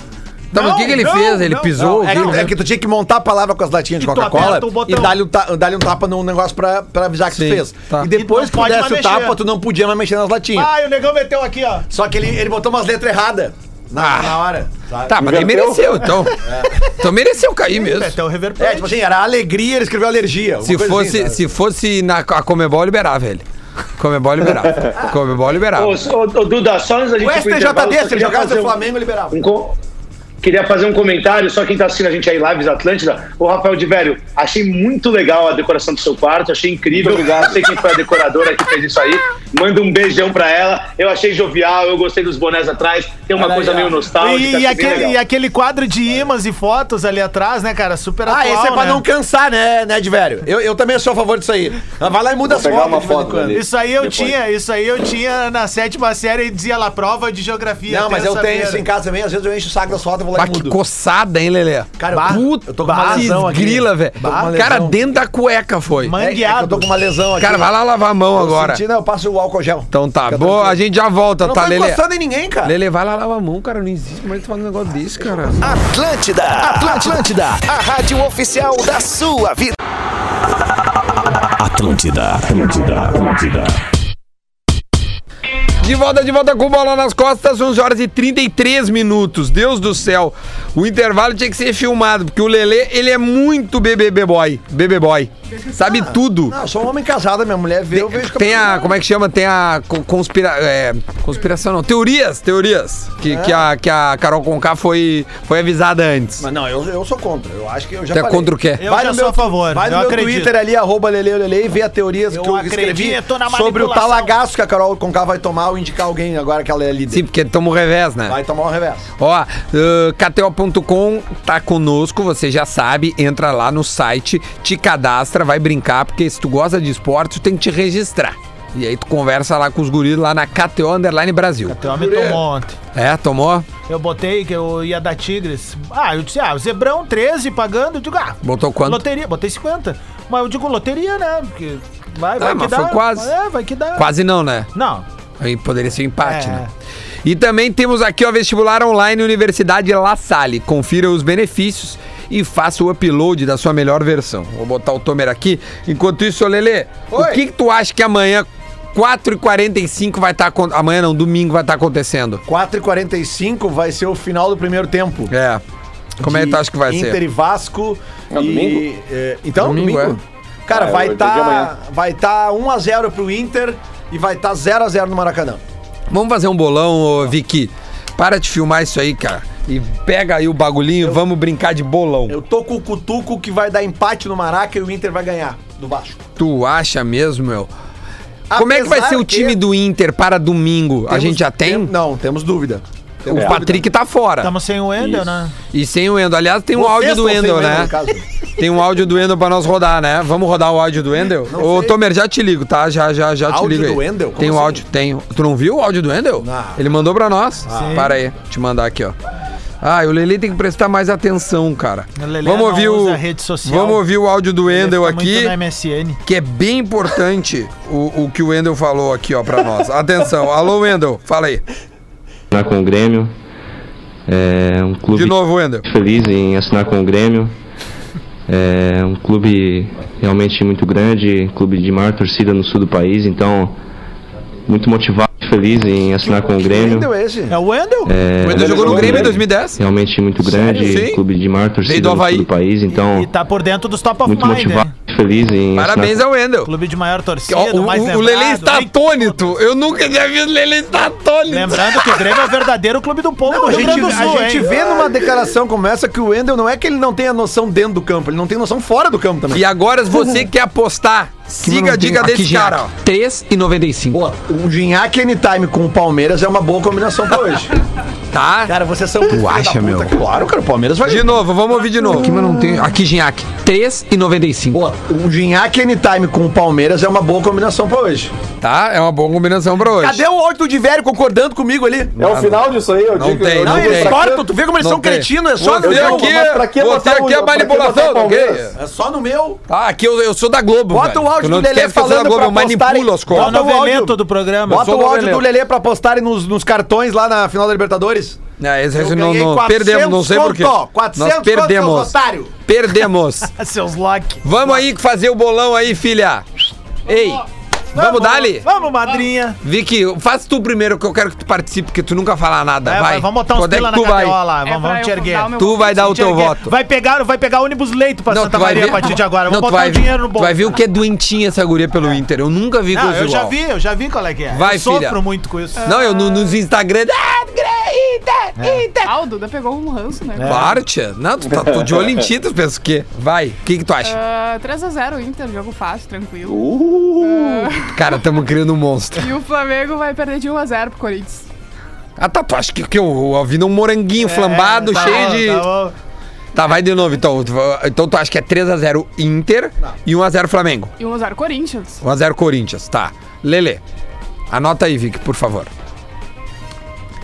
A: Tá, mas o que que ele fez? Ele pisou
B: não,
A: o
C: É,
B: é,
C: que-
A: Não,
C: é que tu tinha que montar a palavra com as latinhas
B: E
C: de
B: tu
C: Coca-Cola
B: aperta o
C: e
B: botão.
C: dar-lhe um, ta- dar-lhe um tapa num negócio pra, pra avisar que
A: Sim,
C: tu fez.
A: tá.
C: E depois
B: E
C: que
B: não
C: tu
B: pode
C: desse o
B: mais
C: tapa,
B: mexer.
C: tu não podia mais mexer nas latinhas.
B: Ah, e o Negão meteu aqui, ó.
C: Só que ele, ele botou umas letras erradas na, na hora. sabe?
A: Tá, mas ele
D: Inverteu?
A: mereceu, então. Então mereceu cair mesmo.
B: Meteu o River Plate.
C: É, tipo assim, era alegria, ele escreveu alergia.
A: Se
C: assim,
A: fosse, se fosse na a Comebol, eu liberava ele. Comebol liberava. Comebol liberava.
E: Ô, ô, ô, Duda, só antes da gente
C: O
E: ir pro intervalo,
C: STJD,
E: eu
C: se ele
E: queria
C: jogasse
E: fazer
C: o
E: um-
C: Flamengo, liberava.
E: um co- Queria fazer um comentário, só quem tá assistindo a gente aí, Lives Atlântida. Ô, Rafael de Velho, achei muito legal a decoração do seu quarto, achei incrível. Obrigado. Não sei quem foi a decoradora que fez isso aí. Manda um beijão pra ela. Eu achei jovial, eu gostei dos bonés atrás. Tem uma
C: Olha
E: coisa
C: aí,
E: meio
C: ó.
E: nostálgica. né,
B: E, e
E: achei bem
B: aquele,
E: legal.
B: e aquele quadro de imãs e fotos ali atrás, né, cara? Super
C: Ah,
B: atual,
C: esse é pra
B: né?
C: não cansar, né, né, de velho? Eu, eu também sou a favor disso aí. Ah, Vai lá e muda
D: Vou pegar
C: de
D: uma
C: vez em
D: foto
C: quando.
D: dali.
B: Isso aí eu
D: Depois.
B: tinha, isso aí eu tinha na sétima série e dizia lá, prova de geografia.
C: Não, mas eu tenho
B: terça-feira.
C: isso em casa também. Às vezes eu encho o saco das fotos e vou lá
A: Bah,
C: e
A: que
C: mudo.
A: coçada, hein, Lelê?
C: Cara,
A: bah,
C: eu-
A: puta,
C: eu tô com uma
A: bah,
C: lesão aqui.
A: grila, velho.
C: Tô com uma
A: Cara,
C: lesão.
A: dentro da cueca foi.
B: Mas-
C: É, é que eu tô com uma lesão aqui.
A: Cara, vai lá lavar a mão agora.
C: Agora. eu passo o álcool gel.
A: Então tá,
C: Fica
A: boa,
C: tranquilo.
A: a gente já volta,
C: Não
A: tá,
C: tá
A: Lelê?
C: encostando em ninguém, cara.
A: Lelê, vai lá lavar a mão, cara, não existe mais tu fazer um negócio desse, cara.
C: Ah.
F: Atlântida, Atlântida, a rádio oficial da sua vida.
G: Atlântida, Atlântida, Atlântida.
A: De volta, de volta com bola nas costas, 11 horas e 33 minutos. Deus do céu. O intervalo tinha que ser filmado, porque o Lelê, ele é muito BBB boy. BBB boy. Sabe tudo.
C: Não, eu sou um homem casado, minha mulher vê, eu vejo que eu-
A: Tem a, como é que chama? Tem a co- conspira, é, conspiração não, teorias, teorias que, que, a, que a Carol Conká foi, foi avisada antes.
C: Mas não, eu, eu sou contra. Eu acho que eu já
A: Até
C: falei.
A: Então é contra o quê?
B: Eu já sou a favor,
C: Vai no
B: eu
C: meu
B: acredito.
C: Twitter ali, arroba Lele Lele, e vê a teoria que eu
B: acredito
C: escrevi
B: na
C: sobre o
B: manipulação.
C: talagaço que a Carol Conká vai tomar ou indicar alguém agora que ela é líder.
A: Sim, porque toma o revés, né?
C: Vai tomar um revés.
A: Ó, uh, KTO.com tá conosco, você já sabe, entra lá no site, te cadastra, vai brincar, porque se tu gosta de esporte, tu tem que te registrar. E aí tu conversa lá com os guris lá na KTO Underline Brasil.
B: Então, me tomou ontem.
A: É, tomou?
B: Eu botei que eu ia dar Tigres. Ah, eu disse, ah, o Zebrão 13 pagando. Eu digo, ah,
A: Botou quanto?
B: Loteria, botei 50. Mas eu digo loteria, né? Porque vai, vai
A: Ah,
B: que
A: mas
B: dá.
A: foi quase.
B: É, vai que dá.
A: Quase não, né?
B: Não,
A: Aí poderia ser um empate,
B: É.
A: né? E também temos aqui o vestibular online Universidade La Salle. Confira os benefícios e faça o upload da sua melhor versão. Vou botar o Tomer aqui. Enquanto isso, ô Lelê, o
C: Oi.
A: que, que tu acha que amanhã 4h45 vai estar. acon- Amanhã não, domingo vai estar acontecendo.
C: 4h45 vai ser o final do primeiro tempo.
A: É. Como é que
C: De
A: tu acha que vai
C: Inter
A: ser?
C: e Vasco.
D: É
C: e,
D: domingo?
C: é, então, domingo.
A: Domingo, é?
C: Cara,
D: Ah, eu
C: vai
D: entendi amanhã.
C: estar vai tá 1x0 pro Inter e vai tá estar 0x0 no Maracanã.
A: Vamos fazer um bolão, ô, Vicky. Para de filmar isso aí, cara. E pega aí o bagulhinho, vamos brincar de bolão.
C: Eu tô com o Cutuco que vai dar empate no Maraca e o Inter vai ganhar do Vasco.
A: Tu acha mesmo, meu? Como é que vai
C: Apesar
A: ser o
C: que
A: time do Inter para domingo? a
C: temos-
A: gente já tem?
C: não, temos dúvida.
A: O Patrick tá fora.
B: Estamos sem o Ender,
D: Isso.
B: né?
A: E sem o Endo. Aliás, tem um
C: Vocês
A: áudio do
C: estão sem o
A: Endo,
C: Wendel,
A: né?
C: no caso.
A: Tem um áudio do Endo pra nós rodar, né? Vamos rodar o áudio do Endo? Ô,
C: sei.
A: Tomer, já te ligo, tá? Já, já, já te
C: Áudio
A: ligo aí.
C: do Wendel? Como
A: Tem o
C: assim?
A: áudio, tem. Tu não viu o áudio do Endel?
C: Não. Ah.
A: Ele mandou pra nós. Para aí, te mandar aqui, ó. Ah, o Lele tem que prestar mais atenção, cara.
B: O Lelé
A: Vamos
B: não
A: ouvir
B: usa
A: o
B: rede social.
A: Vamos ouvir o áudio do Endel
B: Ele fica
A: aqui.
B: Muito na MSN.
A: Que é bem importante o, o que o Wendel falou aqui, ó, pra nós. Atenção. Alô, Wendel, fala aí.
H: assinar com o Grêmio. É um clube
A: De novo, Wendel.
H: feliz em assinar com o Grêmio. É um clube realmente muito grande, clube de maior torcida no sul do país, então muito motivado e feliz em assinar com o Grêmio.
C: Wendel é esse?
B: É o Wendel?
A: O Wendel jogou no Grêmio em 2010.
H: Realmente muito grande,
A: Sério? Sim.
H: clube de
A: Veio
H: maior
A: do
H: torcida no
A: Havaí.
H: sul do país, então
B: E tá por dentro dos top of
H: muito
B: mind,
H: motivado
B: né?
H: e feliz em
A: Parabéns
H: assinar
A: ao Wendel.
B: Clube de maior torcida,
A: Ó, o,
B: mais
A: o,
B: lembrado.
A: o Lelê está
B: Lem-
A: atônito. Eu nunca tinha visto o Lelê estar atônito.
B: Lembrando que o Grêmio é o verdadeiro clube do povo
C: Não,
B: do
C: a
B: Rio
C: gente,
B: Grande do Sul,
C: a gente
B: hein?
C: vê numa declaração como essa que o Wendel não é que ele não tenha noção dentro do campo, ele não tem noção fora do campo também.
A: E agora, se você quer apostar, siga a dica desse cara, ó.
C: Pô, o Ginhaque Um Anytime com o Palmeiras é uma boa combinação pra hoje.
A: Tá?
C: cara, vocês são. Tu
A: acha, meu?
C: Claro, cara, o Palmeiras vai.
A: De novo, vamos ouvir de novo. Aqui, mas não tem. Aqui, Ginhaque. 3,95.
C: Pô, o Ginhaque Um Anytime com o Palmeiras é uma boa combinação pra hoje.
A: Tá? É uma boa combinação pra hoje.
C: Cadê o Horto de Velho concordando comigo ali?
D: É o final disso aí, eu
A: Não
D: digo.
A: tem,
D: eu
A: não
D: digo
A: tem.
D: pra quê?
C: Corta, tu vê como eles
A: Não
C: são
A: tem.
C: cretinos, é só no
A: Você
D: Eu
C: meu.
A: aqui,
D: mas pra que
A: você
D: botar
A: aqui é
D: o- pra que botar
A: manipulação,
D: o
A: tá ok?
D: Palmeiras?
C: É só no meu.
A: Ah, aqui eu, eu sou da Globo.
C: Bota
A: velho.
C: o áudio
A: Tu não
C: do Lelê
A: esquece que eu sou da
C: falando
A: Globo,
C: pra
A: eu manipulo
C: apostarem-
A: as
B: É o
A: coisas.
C: Bota o áudio.
B: novelento do programa.
C: Bota
A: sou
C: o
A: do
C: áudio
A: Lelê.
C: Ah, do Lelê pra postarem nos, nos cartões lá na final da Libertadores.
A: É, esse
C: Eu
A: não,
C: ganhei
A: não-
C: 400
A: perdemos, não sei porquê.
C: conto, 400
A: Nós
C: conto, seus
A: perdemos.
C: otário.
A: Perdemos.
B: Seus lock.
A: Vamos aí fazer o bolão aí, filha. Ei, vamos, dali?
B: Vamos, madrinha.
A: Vicky, faz tu primeiro que eu quero que tu participe, porque tu nunca fala nada.
B: É,
A: vai.
B: vai, Vamos botar uns
A: Quando é
B: pila
A: que
B: na
A: tu vai?
B: cadeola lá.
I: É
B: Vamos,
I: pra
B: vamos te
I: eu
B: erguer.
I: dar o meu
A: Tu vai dar o
B: Te
A: teu
B: erguer.
A: voto.
B: Vai pegar, vai pegar ônibus leito pra Santa
A: tu vai
B: Maria
A: ver-
B: a partir de agora.
A: Não,
B: Vamos
A: tu
B: botar
A: vai
B: o
A: ver-
B: dinheiro no
A: Tu
B: bolso.
A: vai ver o que é doentinha essa guria pelo Inter. Eu nunca vi
B: Não,
A: coisa
B: eu já
A: igual.
B: vi, eu já vi qual é que é.
A: Vai,
B: eu sofro
A: filha.
B: muito com isso.
A: Não, eu no- nos
B: É.
A: Instagram. Ah, Grê, Inter, Inter.
I: Ah, o Duda pegou um ranço, né?
C: É.
A: Claro, tia. Não, tu tá tu de olho em ti, tu pensa o quê? Vai, o que que tu acha?
I: Ah, 3x0 Inter, jogo fácil, tranquilo.
C: É.
A: Cara, tamo criando um monstro.
I: E o Flamengo vai perder de 1x0 pro Corinthians.
A: Ah, tá, tu acha que, que eu, eu vi um
C: É,
A: moranguinho flambado,
B: tá
A: cheio
B: bom,
A: de...
B: tá bom.
A: Tá, vai de novo então. Tu- Então tu acha que é 3x0 Inter e 1x0 Flamengo.
I: E 1x0 Corinthians.
A: 1x0 Corinthians, tá. Lele, anota aí, Vic, por favor.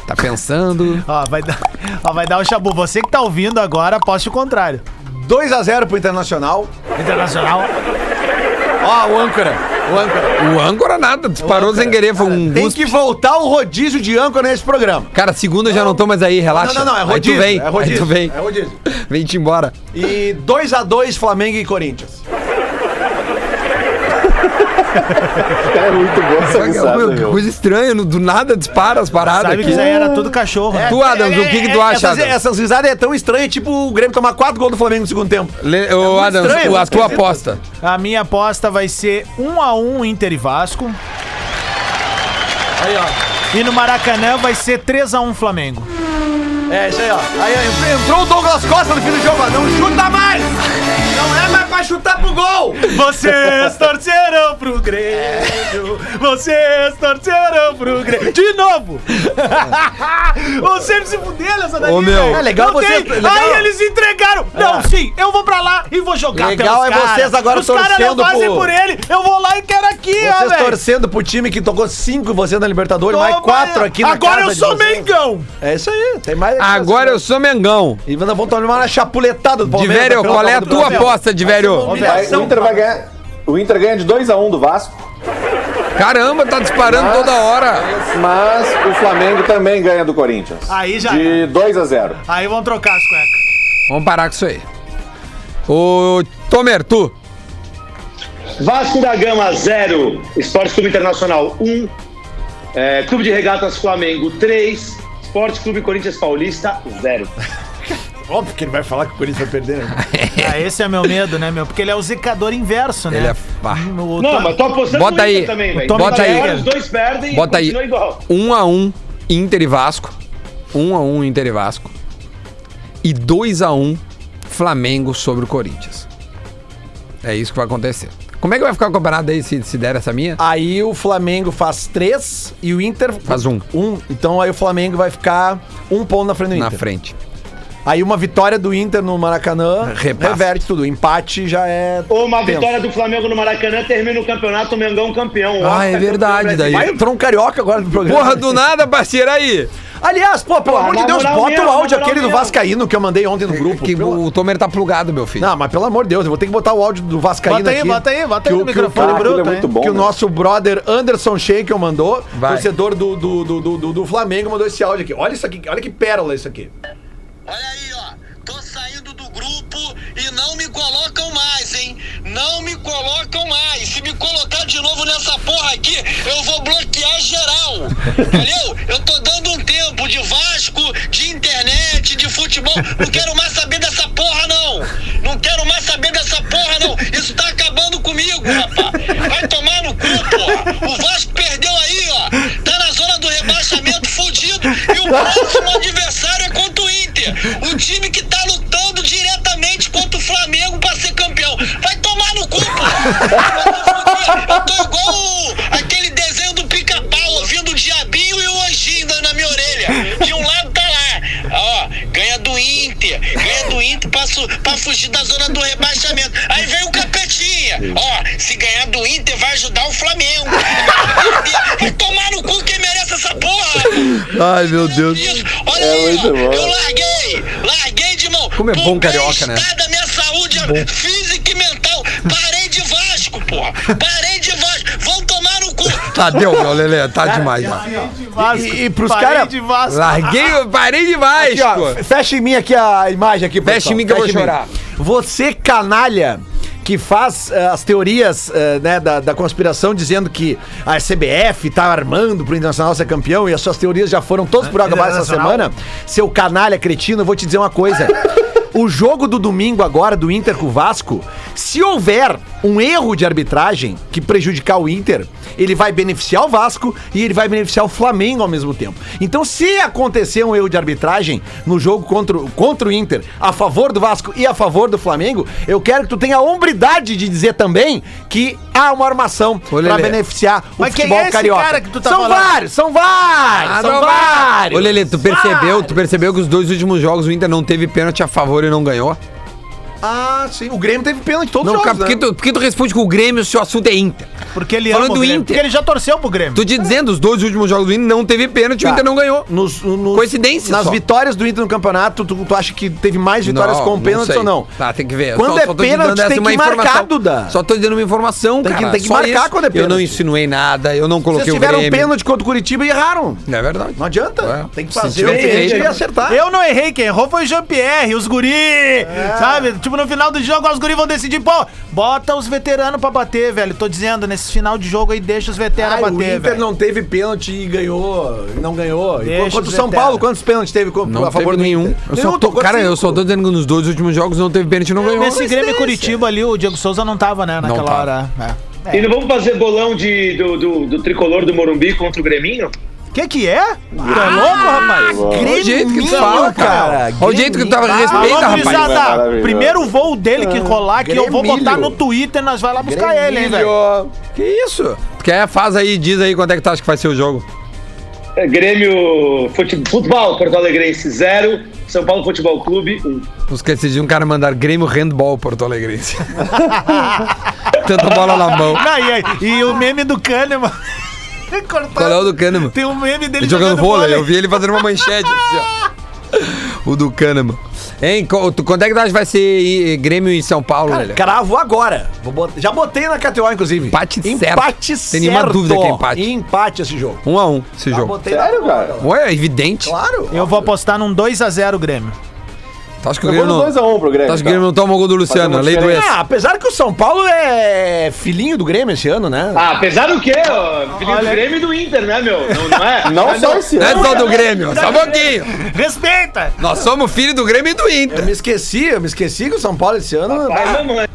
A: Tá pensando.
C: Ah.
B: Ó, vai dar, ó, vai dar o chabu. Você que tá ouvindo agora, aposte o contrário.
C: 2x0 pro Internacional.
B: Internacional.
C: Ó, o âncora. O âncora.
A: o âncora nada, disparou sem querer, foi um
C: Tem
A: guspe.
C: que voltar o rodízio de âncora nesse programa.
A: Cara, segunda eu já não tô mais aí, relaxa.
C: Não, não, não, é rodízio.
A: Aí tu vem,
C: é rodízio.
A: aí tu vem.
C: É rodízio.
A: Vem te embora.
C: E 2x2 Flamengo e Corinthians.
D: É muito bom essa
A: Meu,
D: mensagem,
A: que é
D: meu.
A: coisa estranha, no- do nada dispara as paradas
B: Sabe que
A: aqui.
B: isso aí era tudo cachorro.
C: é?
B: né?
A: É, Tu, Adams, o que, que tu acha?
C: Essas,
A: Adams?
C: essas risadas é tão estranha, tipo o Grêmio tomar 4 gols do Flamengo no segundo tempo.
A: Le- ô,
C: é muito
A: Adams,
C: estranho, né?
A: o- a
C: muito
A: tua
C: esquisito.
A: aposta.
B: A minha aposta vai ser 1 a 1 Inter e Vasco.
C: Aí, ó.
B: E no Maracanã vai ser 3 a 1 Flamengo.
C: É, isso aí, ó. Aí, ó, entrou o Douglas Costa no fim do jogo, ó. Não chuta mais! Não é mais pra chutar pro gol!
B: Vocês torceram pro Grêmio. Vocês torceram pro Grêmio. De novo. Vocês se fuderam essa daí.
A: Ô, meu.
B: velho.
C: É legal
B: Não
C: você-
B: tem.
C: legal.
B: Aí eles entregaram. Não,
C: É.
B: sim. Eu vou pra lá e vou jogar
C: Legal
B: pelos
C: é vocês
B: caras.
C: agora
B: Os caras não
C: torcendo
B: fazem
C: pro-
B: por ele. Eu vou lá e quero aqui, ó,
C: Vocês
B: velho.
C: torcendo pro time que tocou 5 você na Libertadores, mais
B: Toma,
C: 4 aqui na
B: Agora
C: casa
B: eu
C: de
B: sou
C: vocês.
B: Mengão.
C: É isso aí, tem mais.
A: Agora eu sou Mengão.
C: E ainda vão tomar uma chapuletada do Palmeiras.
A: Diverio,
C: na final
A: qual é
C: da
A: a
C: Copa
A: tua
C: tá do Brasil.
A: aposta, Diverio?
D: Vai, o Inter vai ganhar. O Inter ganha de 2x1 do Vasco,
A: Caramba, tá disparando toda hora.
D: mas o Flamengo também ganha do Corinthians.
B: Aí já
D: De 2x0.
B: Aí vão trocar as cuecas.
A: Vamos parar com isso aí. Ô, Tomer, tu.
E: Vasco da Gama 0, Esporte Clube Internacional 1, um, é, Clube de Regatas Flamengo 3, Esporte Clube Corinthians Paulista um. 0.
C: Óbvio que ele vai falar que o Corinthians vai perder, né?
B: Ah, esse é meu medo, né, meu? Porque ele é o zicador inverso, né?
A: Ele é pá.
B: O-
E: Não, mas tô apostando
A: Bota
E: no Inter
A: aí,
E: também, velho.
A: bota
E: Agora
A: aí.
E: Os dois perdem
A: Bota
E: e
A: aí.
E: continua igual.
A: 1 a 1 Inter e Vasco. 1 a 1 Inter e Vasco. E 2 a 1 Flamengo sobre o Corinthians. É isso que vai acontecer. Como é que vai ficar o campeonato aí se, se der essa minha?
C: Aí o Flamengo faz três e o Inter
A: Faz um.
C: Um. Então aí o Flamengo vai ficar um ponto na frente do
A: Na
C: Inter.
A: frente.
C: Aí uma vitória do Inter no Maracanã
A: Repassa.
C: reverte tudo. Empate já é.
E: Ou uma
C: tenso.
E: vitória do Flamengo no Maracanã termina o campeonato, o Mengão campeão.
A: Ah, é
C: tá
E: Ótimo,
A: verdade,
E: campeão
A: daí.
C: Aí entrou um carioca agora no programa.
A: Porra, do nada, parceiro, aí.
C: Aliás, pô, pelo
E: Porra,
C: amor de
E: na
C: Deus,
E: moral
C: bota o
E: mesmo,
C: áudio
E: na moral
C: aquele do
E: mesmo.
C: Vascaíno que eu mandei ontem no grupo.
A: Que
C: Pelo-
A: o Tomer tá plugado, meu filho.
C: Não, mas pelo amor de Deus, eu vou ter que botar o áudio do Vascaíno
B: Bota aí,
C: aqui.
B: bota aí, bota aí
C: que
B: no
C: o- que o
B: microfone
C: cara-
A: Tá
D: aquilo
B: bruto,
D: é
B: hein?
D: muito bom.
C: tá, que o
D: né?
C: nosso brother Anderson Schenkel mandou,
A: Vai.
C: torcedor do, do, do, do, do- do Flamengo, mandou esse áudio aqui. Olha isso aqui, olha que pérola isso aqui.
J: Olha aí, ó. Tô saindo do grupo e não me colocam mais, hein? Não me colocam mais. Se me colocar de novo nessa porra aqui, eu vou bloquear geral. Valeu? Eu tô dando um tempo de Vasco, de internet, de futebol. Não quero mais saber dessa porra, não. Não quero mais saber dessa porra, não. Isso tá acabando comigo, rapaz. Vai tomar no cu, porra. O Vasco perdeu aí, ó. Tá na zona do rebaixamento fudido. E o próximo adversário é contra o Inter. O time que tá lutando diretamente contra o Flamengo pra ser campeão. Vai tomar no cu, porra. Eu tô igual o- aquele desenho do pica-pau, ouvindo o diabinho e o anjinho dando na minha orelha. De um lado tá lá. Ó, ganha do Inter. Ganha do Inter pra, su- pra fugir da zona do rebaixamento. Aí vem o capetinha. Ó, se ganhar do Inter vai ajudar o Flamengo. Vai tomar no cu quem merece essa porra.
C: Ai, meu Deus.
J: Isso, olha
D: É
J: aí, ó.
D: muito bom.
J: Eu
C: Tá
J: larguei, larguei de mão.
A: Como é
J: Pro
A: bom carioca, né?
J: bem-estar da minha saúde física e mental. Parei de Vasco, porra. Parei de Vasco. Vão tomar no cu.
A: Tá, deu, meu Lelê. Tá demais, mano.
B: De Vasco.
C: E- e pros
B: Parei
C: cara-
B: de Vasco.
A: Larguei, eu parei demais,
C: Aqui, ó,
A: pô.
C: fe- fecha em mim aqui a imagem aqui,
A: Fecha em mim que eu vou chorar.
C: Você, canalha, que faz eh, as teorias eh, né, da, da conspiração dizendo que a CBF tá armando pro Internacional ser campeão e as suas teorias já foram todas por água abaixo essa semana. Seu canalha cretino, eu vou te dizer uma coisa. O jogo do domingo agora do Inter com o Vasco, se houver um erro de arbitragem que prejudicar o Inter, ele vai beneficiar o Vasco e ele vai beneficiar o Flamengo ao mesmo tempo. Então, se acontecer um erro de arbitragem no jogo contra, o- contra o Inter, a favor do Vasco e a favor do Flamengo, eu quero que tu tenha a hombridade de dizer também que há uma armação
A: Ô,
C: para
A: Lelê.
C: beneficiar o
B: Mas quem
C: futebol
B: é esse
C: carioca.
B: cara que tu tá
C: são
B: falando?
C: vários, são vários,
A: Ah,
C: são vários.
A: Ô, Lelê, tu percebeu, tu percebeu que os dois últimos jogos o Inter não teve pênalti a favor e não ganhou?
C: Ah, sim, o Grêmio teve pênalti todos
A: Não,
C: os
A: cara,
C: jogos,
A: porque,
C: né?
A: tu, porque tu responde que o Grêmio, se o assunto é Inter.
B: Porque ele
A: Falando
B: ama o
A: do
B: Grêmio.
A: Inter.
B: Porque ele já torceu pro Grêmio.
A: Tô te dizendo, os dois últimos jogos do Inter não teve pênalti, o
C: É. Tá.
A: Inter não ganhou.
C: Nos- nos-
A: Coincidência
C: Nas
A: só.
C: vitórias do Inter no campeonato, tu, tu acha que teve mais vitórias
A: Não,
C: com pênalti
A: sei.
C: ou não?
A: Tá, tem que ver.
C: Quando é
A: te
C: pênalti,
A: dando essa
C: tem que marcar,
A: informação.
C: Duda.
A: Só tô te dando uma informação,
C: Tem que-
A: cara.
C: tem que
A: Só
C: marcar quando é
A: Eu não
C: pênalti.
A: insinuei nada, eu não
C: Vocês
A: coloquei o
C: tiveram
A: Grêmio.
C: pênalti contra o Curitiba e erraram.
A: É verdade.
C: Não adianta.
A: Ué,
C: Tem que
A: se
C: fazer
A: tiver
C: o que
A: direito,
C: tem e
A: né?
C: acertar.
B: Eu não errei, quem errou foi o Jean-Pierre, os guri, sabe? Tipo, no final do jogo, os guri vão decidir, pô, bota os veteranos pra bater, velho. Tô dizendo, nesse final de jogo aí, deixa os veteranos
C: Ai, o
B: bater,
C: Inter
B: velho.
C: não teve pênalti e ganhou. Não ganhou. E
B: Deixa
C: contra o
B: os
C: São
B: veteranos.
C: Paulo, quantos pênaltis teve co-
A: Não
C: a favor
A: teve
C: do
A: nenhum.
C: Inter?
A: Eu só tô,
C: tocou
A: cara, eu
C: cinco.
A: só tô dizendo que nos dois últimos jogos não teve pênalti e não ganhou.
B: Nesse Grêmio e Curitiba ali, o Diego Souza não tava, né, naquela
A: tava.
B: hora. É.
E: E não vamos fazer bolão de, do, do, do tricolor do Morumbi contra o Greminho?
B: Que que é? Tá louco, rapaz?
A: Olha o jeito que tu
C: Grêmio,
A: fala, cara.
C: cara. tá
A: Olha o jeito que tu tava
B: Alô,
A: respeita, rapaz. É
B: gurizada,
D: Maravilhoso.
B: primeiro voo dele que rolar, que eu vou
C: Grêmio.
B: botar no Twitter, nós vai lá buscar ele, hein, velho.
A: Que isso? Porque aí faz aí, diz aí quanto é que tu acha que vai ser o jogo.
E: É, Grêmio fute- Futebol Porto Alegrense 0, São Paulo Futebol Clube 1. Um.
A: Os que decidiram um cara mandar Grêmio Handball Porto Alegrense. Tanta bola na mão.
B: Não, e, aí, e o meme do Kahneman. Cortado.
A: Qual é o do Kahneman?
B: Tem um meme dele
A: Ele jogando vôlei, eu vi ele fazendo uma manchete. assim, ó. O do Kahneman. Hein, co- tu- quando é que tu acha que vai ser eh, Grêmio em São Paulo, Lelê?
C: Cravo agora. Vou bot- Já botei na KTO, inclusive.
A: Empate certo.
C: Empate certo. Tá
A: Tem nenhuma dúvida que é empate.
C: Empate esse jogo.
A: Um a um esse
C: Já
A: jogo.
C: botei na
D: Sério,
C: conta,
D: cara?
C: ó.
A: Ué, é evidente.
C: Claro.
B: Eu vou apostar num 2x0 Grêmio.
A: Tu acha que o
D: Levou
A: Grêmio
D: no
A: não.
D: 2x1 pro Grêmio.
A: Tu acha que o Grêmio
D: então.
A: não toma o gol do Luciano? A
D: Fazer uma
A: lei do ex.
D: diferença.
C: Ah, apesar que o São Paulo é filhinho do Grêmio esse ano, né?
E: Ah, apesar do quê? ó, filho do
B: Olha-
E: Ah, Grêmio e do Inter, né, meu? Não, não é?
D: Não só esse
A: Não é
D: ano.
A: só do Grêmio, só um pouquinho.
B: Respeita!
A: Nós somos filho do Grêmio e do
C: Eu
A: Inter.
C: me esqueci, eu me esqueci que o São Paulo esse ano. né?
E: Vai, mamãe.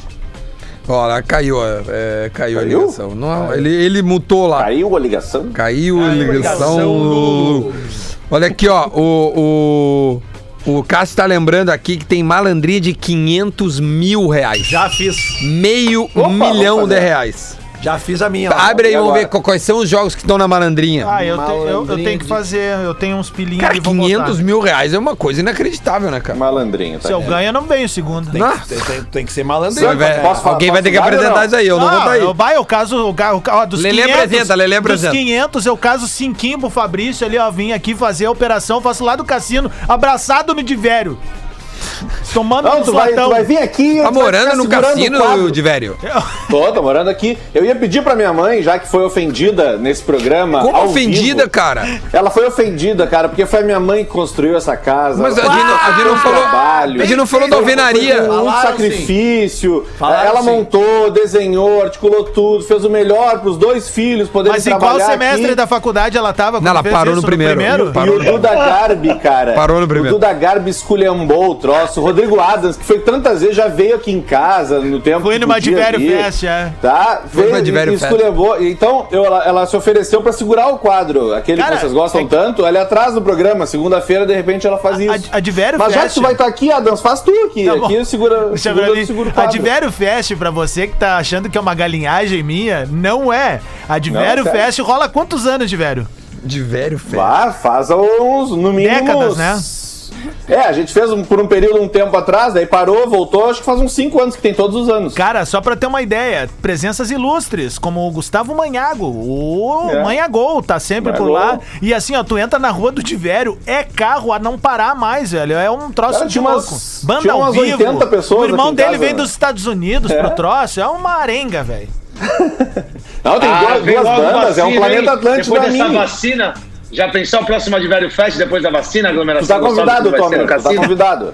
A: Olha, caiu, é, caiu, a
D: Caiu?
A: ligação. Não, ele, ele mutou lá.
D: Caiu a ligação.
A: Caiu a ligação.
C: ligação.
A: Olha aqui, ó. O, o, o Cássio tá lembrando aqui que tem malandria de 500 mil reais.
C: Já fiz.
A: Meio
D: vamos
A: milhão de
D: fazer.
A: reais.
C: Já fiz a minha. lá.
A: Abre aí,
D: e
A: vamos ver
D: agora?
A: qu- quais são os jogos que estão na malandrinha.
B: Ah, eu, te- eu- eu
C: Malandrinho
B: tenho que
C: de-
B: fazer, eu tenho uns pilinhos
A: cara,
B: ali, vou
A: 500
B: botar.
A: mil reais é uma coisa inacreditável, né, cara?
D: Malandrinho, tá?
B: Se eu ganho, eu não venho o segundo.
C: Tem que, tem- tem- tem que ser malandrinho.
A: Vai ver-
D: posso falar-
A: alguém
D: posso
A: vai ter que
D: falar ou
A: apresentar
D: não?
A: isso aí, eu não, vou estar aí.
B: Ah,
A: Tá
B: eu- vai, eu caso o ca- o ca- ó, dos
A: Lelê
B: 500.
A: apresenta, Lelê apresenta.
B: Dos 500, eu caso Sinquimbo, Fabrício ali, ó, vim aqui fazer a operação, faço lá do cassino, abraçado no divério. Tomando
D: Não,
B: um
D: tu vai, tu
B: latão.
D: vai vir aqui.
A: Tá
D: tu vai ficar
A: morando no
D: segurando o
A: cassino,
D: quadro. É,
A: de velho.
D: Tô, tô morando aqui. Eu ia pedir pra minha mãe, já que foi ofendida nesse programa.
A: Como
D: ao
A: ofendida,
D: vivo.
A: cara?
D: Ela foi ofendida, cara, porque foi a minha mãe que construiu essa casa.
A: Mas a
D: Ela
A: gente não- a gente não
D: fez
A: falou-
D: trabalho.
A: a gente não falou da
D: Foi uma coisa
A: alvenaria.
D: com Muito
C: Falaram
D: sacrifício.
C: Falaram
D: ela
C: sim.
D: montou, desenhou, articulou tudo, fez o melhor pros dois filhos poderem
B: Mas em
D: trabalhar
B: qual semestre
D: aqui.
B: da faculdade ela tava? quando
A: ela
B: fez
A: parou no primeiro.
D: E
A: Parou
D: o
A: no
D: Duda Garbi, cara.
A: Parou no primeiro.
D: O Duda Garbi esculhambou o troço. O Rodrigo Adams, que foi tantas vezes, já veio aqui em casa no tempo.
B: Foi
D: que
B: numa
D: podia
B: Diverio
D: vir,
B: Fest, é.
D: Tá?
A: Foi
D: Veio
A: numa Diverio
D: e
A: Fest.
D: esculhambou. Então, eu- ela, ela se ofereceu pra segurar o quadro, aquele
B: Cara,
D: que vocês gostam
B: tem-
D: tanto. Ela é atrás do programa. Segunda-feira, de repente, ela faz isso.
B: A, a Diverio
D: Mas já que
B: Fest.
D: tu vai estar aqui, Adams, faz tu aqui.
B: Tá bom.
D: aqui eu segura,
B: Deixa
D: segura,
B: pra mim.
D: segura o
B: A
D: quadro.
B: Diverio Fest, pra você que tá achando que é uma galinhagem minha, não é. A Diverio
D: Não, cara.
B: Fest rola quantos anos, Diverio?
A: De velho, é, velho.
D: Vá, faz uns, no mínimo...
B: Décadas,
D: uns-
B: né?
D: É, a gente fez um- por um período, um tempo atrás, daí parou, voltou, acho que faz uns 5 anos que tem todos os anos.
B: Cara, só pra ter uma ideia, presenças ilustres, como o Gustavo Manhago, o
D: É.
B: Manhagol, tá sempre por
D: Manhagol.
B: lá. E assim, ó, tu entra na rua do Tivério, é carro a não parar mais, velho. É um troço
D: Cara,
B: de
D: tinha umas-
B: louco. Banda
D: tinha
B: ao
D: umas
B: vivo.
D: 80 pessoas
B: o irmão
D: aqui em
B: dele
D: casa,
B: vem
D: né?
B: dos Estados Unidos pro troço, é uma arenga, velho.
D: Não, tem
E: Ah,
D: duas,
E: vem
D: duas
E: logo
D: bandas, é um
E: vacina,
D: planeta
E: hein?
D: Atlântico
E: Depois
D: da
E: dessa
D: mim.
E: vacina, já pensou o próximo Advério Fest depois da vacina,
D: Tu
E: aglomeração?
D: tá
E: gostosa
D: convidado,
E: que vai ser
D: Tommy,
E: no
D: tu tá
E: cassino?
D: convidado.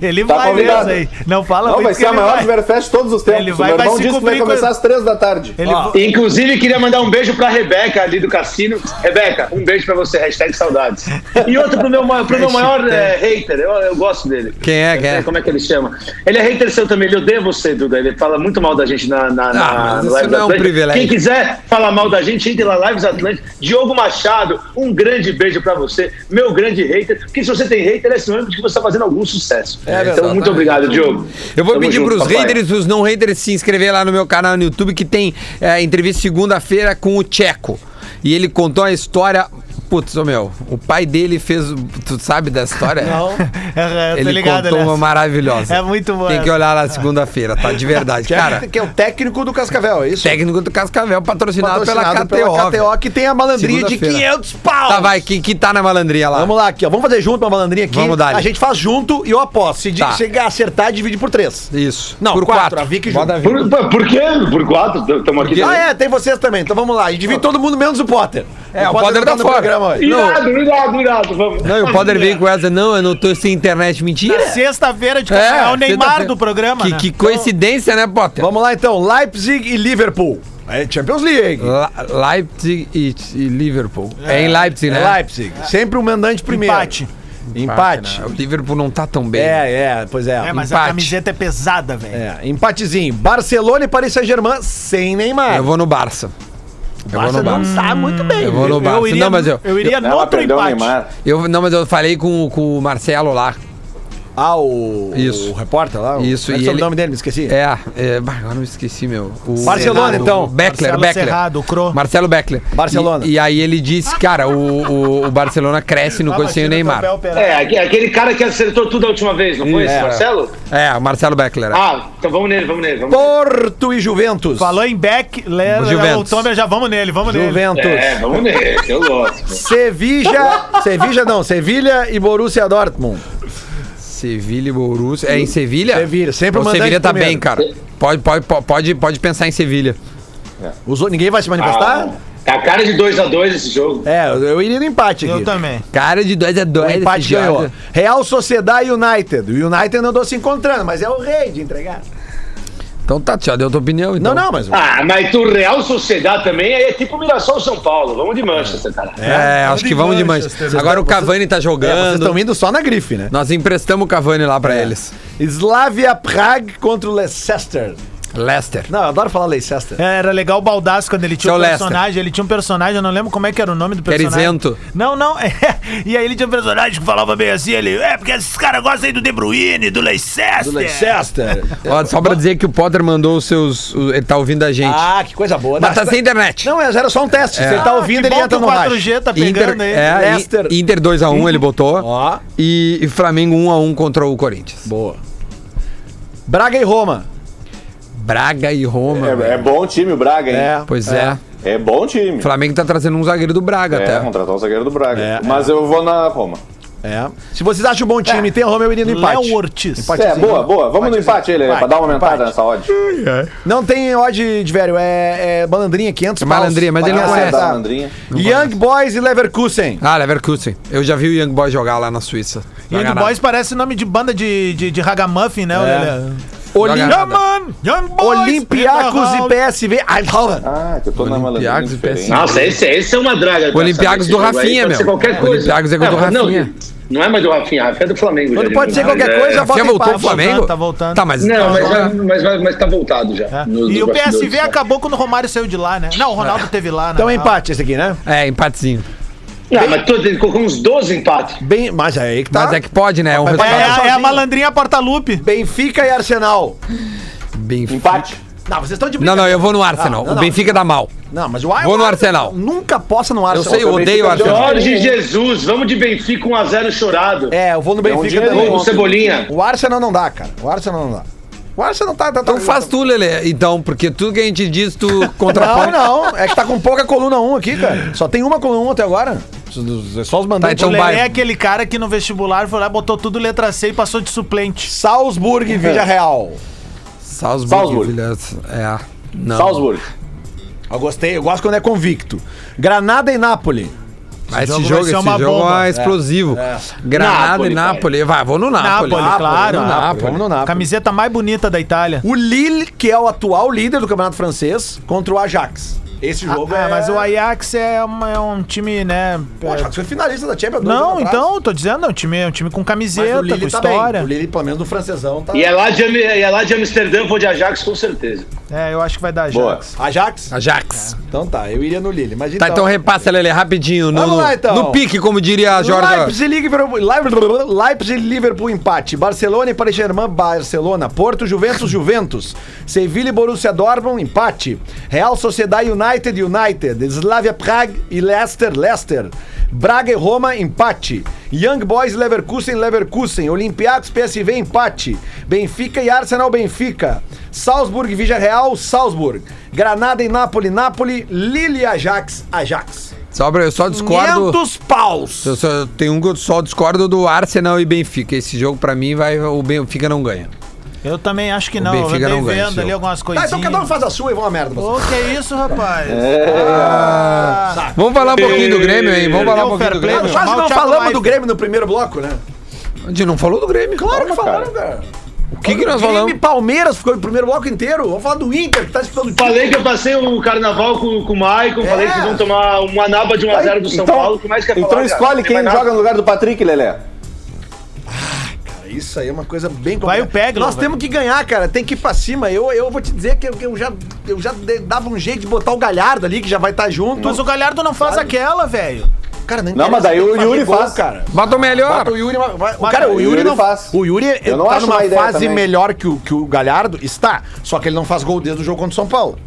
B: Ele
D: Tá
B: vai
D: convidado.
B: mesmo aí. Não fala
D: Não,
B: muito
D: vai
B: que
D: ser a
B: ele
D: maior
B: vai.
D: Diverfest de todos os tempos.
B: Ele
D: O
B: vai-
D: meu
B: vai
D: irmão
B: se
D: disse que vai
B: cumprir com-
D: começar às três da tarde.
B: Ele
C: Ó,
B: vo-
E: Inclusive, queria mandar um beijo pra Rebeca ali do cassino. Rebeca, um beijo pra você, hashtag saudades. E outro pro meu, ma- pro meu maior eh, hater, eu, eu gosto dele.
A: Quem é,
E: Eu
A: quem
E: sei
A: é?
E: Como é que ele chama? Ele é hater seu também, ele odeia você, Duda. Ele fala muito mal da gente na, na, na-
A: mas
E: na
A: isso
E: Lives
A: Ah, não é um
E: Atlântica.
A: privilégio.
E: Quem quiser falar mal da gente, entre lá, Lives Atlântica. Diogo Machado, um grande beijo pra você, meu grande hater. Porque se você tem hater, é sinônimo de que você tá fazendo algum sucesso. então,
A: exatamente.
E: muito obrigado, Diogo.
A: Eu vou
E: Tamo
A: pedir
E: junto,
A: pros
E: papai.
A: haters e os não haters se inscrever lá no meu canal no YouTube que tem é, entrevista segunda-feira com o Tcheco. E ele contou a história. Putz, ô meu, o pai dele fez. o- Tu sabe da história?
C: Não.
B: É, eu tô
A: Ele
B: ligado,
A: contou
B: aliás.
A: uma maravilhosa.
B: É muito boa
A: Tem que
B: essa.
A: olhar lá segunda-feira, tá? De verdade.
C: Que é,
A: Cara,
C: que é o técnico do Cascavel, é isso?
A: técnico do Cascavel, patrocinado,
C: Patrocinado
A: pela KTO. velho.
C: que tem a malandrinha de
A: Segunda-feira.
C: 500 pau.
A: Tá, vai, que, que tá na malandrinha lá.
C: Vamos lá aqui, ó. Vamos fazer junto uma malandrinha aqui.
A: Vamos dar-lhe.
C: A gente faz junto e eu aposto. Se
A: Tá.
C: de- chegar a acertar, divide por três.
A: Isso.
C: Não,
A: por
C: quatro,
A: quatro.
C: a Vicky
A: Bota
C: junto.
A: a Vicky.
E: Por, por- por quê? Por quatro? Estamos aqui.
C: Ah, é, tem vocês também. Então vamos lá. E divide todo mundo menos o Potter.
A: É, o Potter tá
C: no
A: fora.
C: programa hoje.
E: Irado, irado, irado. Vamos.
A: Não, e o Potter veio com essa. Não, eu não tô sem internet. Mentira.
B: Sexta-feira de é, é o Neymar
A: sexta-feira.
B: do programa.
A: tá Que,
B: né?
A: que coincidência, né, Potter?
C: Vamos lá então. Leipzig e Liverpool. É Champions League.
A: La- Leipzig e, e Liverpool. É, em Leipzig, né?
C: É Leipzig. Sempre o mandante primeiro.
B: Empate.
C: Empate.
A: né? O Liverpool não tá tão bem.
C: É, é, pois é.
B: É, mas
A: Empate.
B: a camiseta é pesada, velho.
C: É, empatezinho. Barcelona e Paris Saint-Germain sem Neymar.
A: Eu vou no Barça. Eu vou no Barça.
C: tá muito bem.
A: Eu vou no Barça.
B: iria,
A: não, mas eu,
B: eu iria no
D: Ela
B: outro
D: É, perdeu o
B: empate.
D: Neymar.
A: eu. Não, mas eu falei com, com o Marcelo lá.
C: Ah, o,
A: Isso.
C: o repórter lá. o-
A: Isso,
C: como é
A: e
C: que é o
A: ele-
C: nome dele, me esqueci.
A: É, é bah, agora eu me esqueci, meu. O
C: Barcelona,
A: Serrado,
C: então.
A: o Beckler,
B: Marcelo
A: Beckler.
B: Serrado, o Cro.
A: Marcelo Beckler.
C: Barcelona.
A: E, e aí ele disse, cara, o, o, o Barcelona cresce no coisa sem o Neymar.
E: É, aque- aquele cara que acertou tudo a última vez, não foi esse,
A: É.
E: Marcelo?
A: É, o Marcelo Beckler.
E: Ah, então vamos nele, vamos nele. Vamos nele.
C: Porto e Juventus.
B: Falou em Beck, Lero, o
A: Juventus.
B: Tomer já vamos nele, vamos nele.
C: Juventus.
E: É, vamos nele, eu gosto.
C: Sevilha. Sevilha não, Sevilha e Borussia Dortmund.
A: Sevilha e Borussia. É em Sevilha?
C: Sevilha, sempre
A: o
C: o mandante
A: Sevilha tá
C: primeiro.
A: bem, cara. Pode, pode, pode, pode pensar em Sevilha.
C: Os outros- ninguém vai se manifestar?
E: Ah, a cara de 2x2 esse jogo.
C: É, eu- eu iria no empate aqui.
B: Eu também.
A: Cara de 2x2.
C: O empate ganhou. Real Sociedade e United. O United andou se encontrando, mas é o rei de entregar.
A: Então tá, tu já deu tua opinião. Então.
C: Não, não, mas. é,
E: Ah, mas tu Real Sociedade também é tipo Mirassol São Paulo. Vamos de Manchester, cara.
A: É, acho que vamos demais.
C: Manchester.
A: Agora o Cavani tá
C: É, vocês
A: jogando.
C: estão indo só na grife, né?
A: Nós emprestamos o Cavani lá
C: É.
A: pra eles.
C: Slavia Prague contra o Leicester.
A: Leicester.
C: Não, eu adoro falar Leicester.
B: É, Era legal o Baldaço quando ele tinha
A: Seu
B: um
A: Lester.
B: personagem. Ele tinha um personagem, eu não lembro como é que era o nome do
A: era
B: personagem.
A: isento.
B: Não, não. é. E aí ele tinha um personagem que falava bem assim, ele. É, porque esses caras gostam aí do De Bruyne, do Leicester.
C: Do Leicester.
A: Ó, só pra dizer que o Potter mandou os seus. o- ele tá ouvindo a gente.
C: ah, que coisa boa.
A: Mas tá sem internet.
C: Não, mas era só um teste. Se
A: É.
C: ele tá
B: Ah,
C: ouvindo,
B: que
C: ele
B: bom
C: entra
B: que
C: no
B: o
C: rádio.
B: 4G tá pegando
A: Inter,
B: aí.
A: é,
C: Leicester.
A: In- Inter 2x1 ele botou.
C: Ó.
A: E, e Flamengo 1x1 contra o Corinthians.
C: Boa. Braga e Roma.
A: Braga e Roma.
D: É,
A: velho.
D: é bom time o Braga, hein?
A: Pois é.
D: É, bom time.
A: O Flamengo tá trazendo um zagueiro do Braga
D: É,
A: até.
D: contratar o zagueiro do Braga.
C: É,
D: Mas eu vou na Roma.
C: É. Se vocês acham bom time, tem o Roma, eu iria no empate.
B: É. Léo Ortiz.
C: Empate.
D: É, boa, boa. Vamos no
C: Empatezinho.
D: empate aí, Lelê, pra
C: Empate,
D: dar uma aumentada
C: empate.
D: nessa odd.
C: Não tem odd de velho, é, é malandrinha, 500
A: É malandrinha, mas ele não
D: Ah,
A: conhece.
D: da Andrinha.
C: Young Boys e Leverkusen.
A: Ah, Leverkusen. Eu já vi o Young Boy jogar lá na Suíça. Joga
B: Young
A: nada.
B: Boys parece nome de banda de, de, de ragamuffin,
A: É.
B: né? Lelê?
A: Joga
C: Olim...
A: nada.
B: Yeah, man! Young Boys!
C: Olympiacos e PSV Eindhoven.
D: Ah, que eu tô na malandrinha
A: Olympiacos e
D: diferente.
A: PSG.
E: Nossa, esse, esse é uma draga.
A: O Olympiacos
E: Esse
A: do
E: jogo aí
A: Rafinha,
E: pode
A: meu.
E: Ser qualquer coisa.
A: Olympiacos é gol do
E: não,
A: Rafinha.
E: Não, é mais do Rafinha, Rafinha é do Flamengo.
C: Quando
E: já,
C: pode
E: né?
C: ser qualquer
E: Mas é-
C: coisa,
A: Rafinha
C: Bota
A: voltou pro
C: empate.
A: Flamengo?
B: Tá voltando.
A: Tá, mas.
E: Não,
A: tá
E: mas,
A: jogando.
E: mas, mas, mas tá voltado já.
B: É.
E: nos-
B: E
E: nos
B: o PSV
E: bastidores.
B: acabou quando o Romário saiu de lá, né? Não, o Ronaldo teve lá, né?
C: Então é empate esse aqui, né?
A: É, empatezinho.
E: Ah, mas tu, ele colocou uns 12 empates.
C: Bem, mas é aí que tá.
A: Mas é que pode, né? É um
C: Mas
B: É,
A: resultado.
B: é, é a
C: sozinho.
B: malandrinha porta-lupe.
C: Benfica e Arsenal.
A: bem
D: Empate.
C: Não, vocês estão de
A: Não,
C: brincadeira.
A: não, eu vou no
B: tá.
A: Arsenal.
C: Ah, não,
A: o
C: não.
A: Benfica dá mal.
C: Não, mas o Ar-
A: Vou no Arsenal.
C: Nunca possa no
A: Eu
C: Arsenal.
A: sei, eu odeio o Arsenal.
E: Jorge Jesus, vamos de Benfica 1x0 chorado.
C: É, eu vou no Benfica
D: dinheiro
C: também.
E: Gol um do Cebolinha.
C: O Arsenal não dá, cara. O Arsenal não dá. O Arsenal tá... tá
A: Então faz tu, Lelê. Então, porque tudo que a gente diz, tu contrapõe.
C: Não, não. É que tá com pouca coluna 1 aqui, cara. Só tem uma coluna 1 até agora. É Só os
A: Tá,
C: mandantes.
A: então
B: o Lelé
A: vai.
B: é aquele cara que no vestibular foi lá, botou tudo letra C e passou de suplente.
C: Salzburg e
B: É.
C: Vila Real.
A: Salzburg.
D: Salzburg.
A: Vilhas- É. Não.
D: Salzburg.
C: Eu gostei, eu gosto quando é convicto. Granada e Nápoles.
A: Mas esse jogo,
B: Esse jogo vai
A: esse
B: ser uma
A: jogo
B: bomba.
A: é explosivo. Granada e
E: Napoli,
A: Nápoles. Vai, vou no Nápoles.
B: Nápoles, claro.
A: vou no
B: Nápoles.
A: Nápoles.
C: Vamos no Nápoles.
B: Camiseta mais bonita da Itália.
C: O Lille, que é o atual líder do Campeonato Francês, contra o Ajax. Esse jogo
B: Ah,
C: é...
B: mas o Ajax é, uma- é um time, né?
C: O Ajax foi finalista da Champions. dois
B: Não,
C: anos atrás.
B: então, tô dizendo, é um time, é um time com
C: Mas o
B: camiseta, com
C: Lille tá bem.
B: história.
C: O Lille, pelo menos no francesão, tá...
E: E é lá de, Am- e é lá de Amsterdã, vou de Ajax com certeza.
B: É, eu acho que vai dar
D: Boa.
B: Ajax.
C: Ajax?
A: Ajax.
C: Então tá, eu iria no Lille. Mas
A: Tá, então repassa, Lelê, rapidinho. No,
C: Vamos lá,
A: no-
C: então.
A: no pique, como diria a Jorge.
C: Leipzig, e Liverpool, Leipzig- Leipzig e Liverpool empate. Barcelona e Paris Germain, Barcelona. Porto, Juventus, Juventus. Sevilha e Borussia Dortmund, empate. Real Sociedade United, United. Slavia Prague e Leicester, Leicester. Braga e Roma, empate. Young Boys, Leverkusen, Leverkusen. Olympiacos, PSV, empate. Benfica e Arsenal, Benfica. Salzburg, Vija Real, Salzburg. Granada e Nápoles, Nápoles. Lille e Ajax, Ajax.
A: Só pra- eu só discordo.
C: 500 paus.
A: Eu só, tem um que eu só discordo do Arsenal e Benfica. Esse jogo, pra mim, vai, o Benfica não ganha.
B: Eu também acho que não. Eu
A: Benfica
B: andei
A: não ganha esse
B: vendo
A: jogo.
B: ali algumas
C: Tá,
B: coisinhas.
C: então cada um faz É, a sua e vão a merda. vocês.
B: Ô, que isso, rapaz?
A: Vamos falar um pouquinho do Grêmio, hein? Vamos falar um pouquinho
B: Deu
A: do
B: fair play,
A: Grêmio.
B: meu. Chamar
C: Quase não
B: o Thiago
C: falamos
B: Leifert.
C: do Grêmio no primeiro bloco, né?
A: A gente não falou do Grêmio.
C: Claro que
D: cara.
C: falaram, cara.
A: O que, que nós
C: Grêmio e
A: falamos?
C: Palmeiras ficou no primeiro bloco inteiro. Vamos falar do Inter, que tá disputando o
E: Falei que eu passei o carnaval com, com o Maicon, falei que vocês vão tomar uma naba de 1x0 do São Paulo. O que mais quer falar?
D: então
E: cara?
D: escolhe
E: Não tem
D: quem
E: mais nada.
D: joga no lugar do Patrick, Lelé.
C: Cara, Isso aí é uma coisa bem
B: Vai o Peglo,
C: Nós
B: velho.
C: temos que ganhar, cara. Tem que ir pra cima. Eu, eu vou te dizer que eu, que eu já, eu já de- dava um jeito de botar o Galhardo ali, que já vai estar junto.
B: Mas o Galhardo não faz aquela, velho.
C: cara, não,
D: mas daí o Yuri faz.
C: cara.
A: Bota o melhor.
C: Bota o Yuri, vai- vai- o cara, o
D: o
C: Yuri,
D: Yuri
C: não
D: faz.
C: O Yuri
D: Eu não
C: tá
D: acho
C: numa
D: uma ideia
C: fase
D: também.
C: melhor que o, que o Galhardo, está. Só que ele não faz gol desde o jogo contra o São Paulo.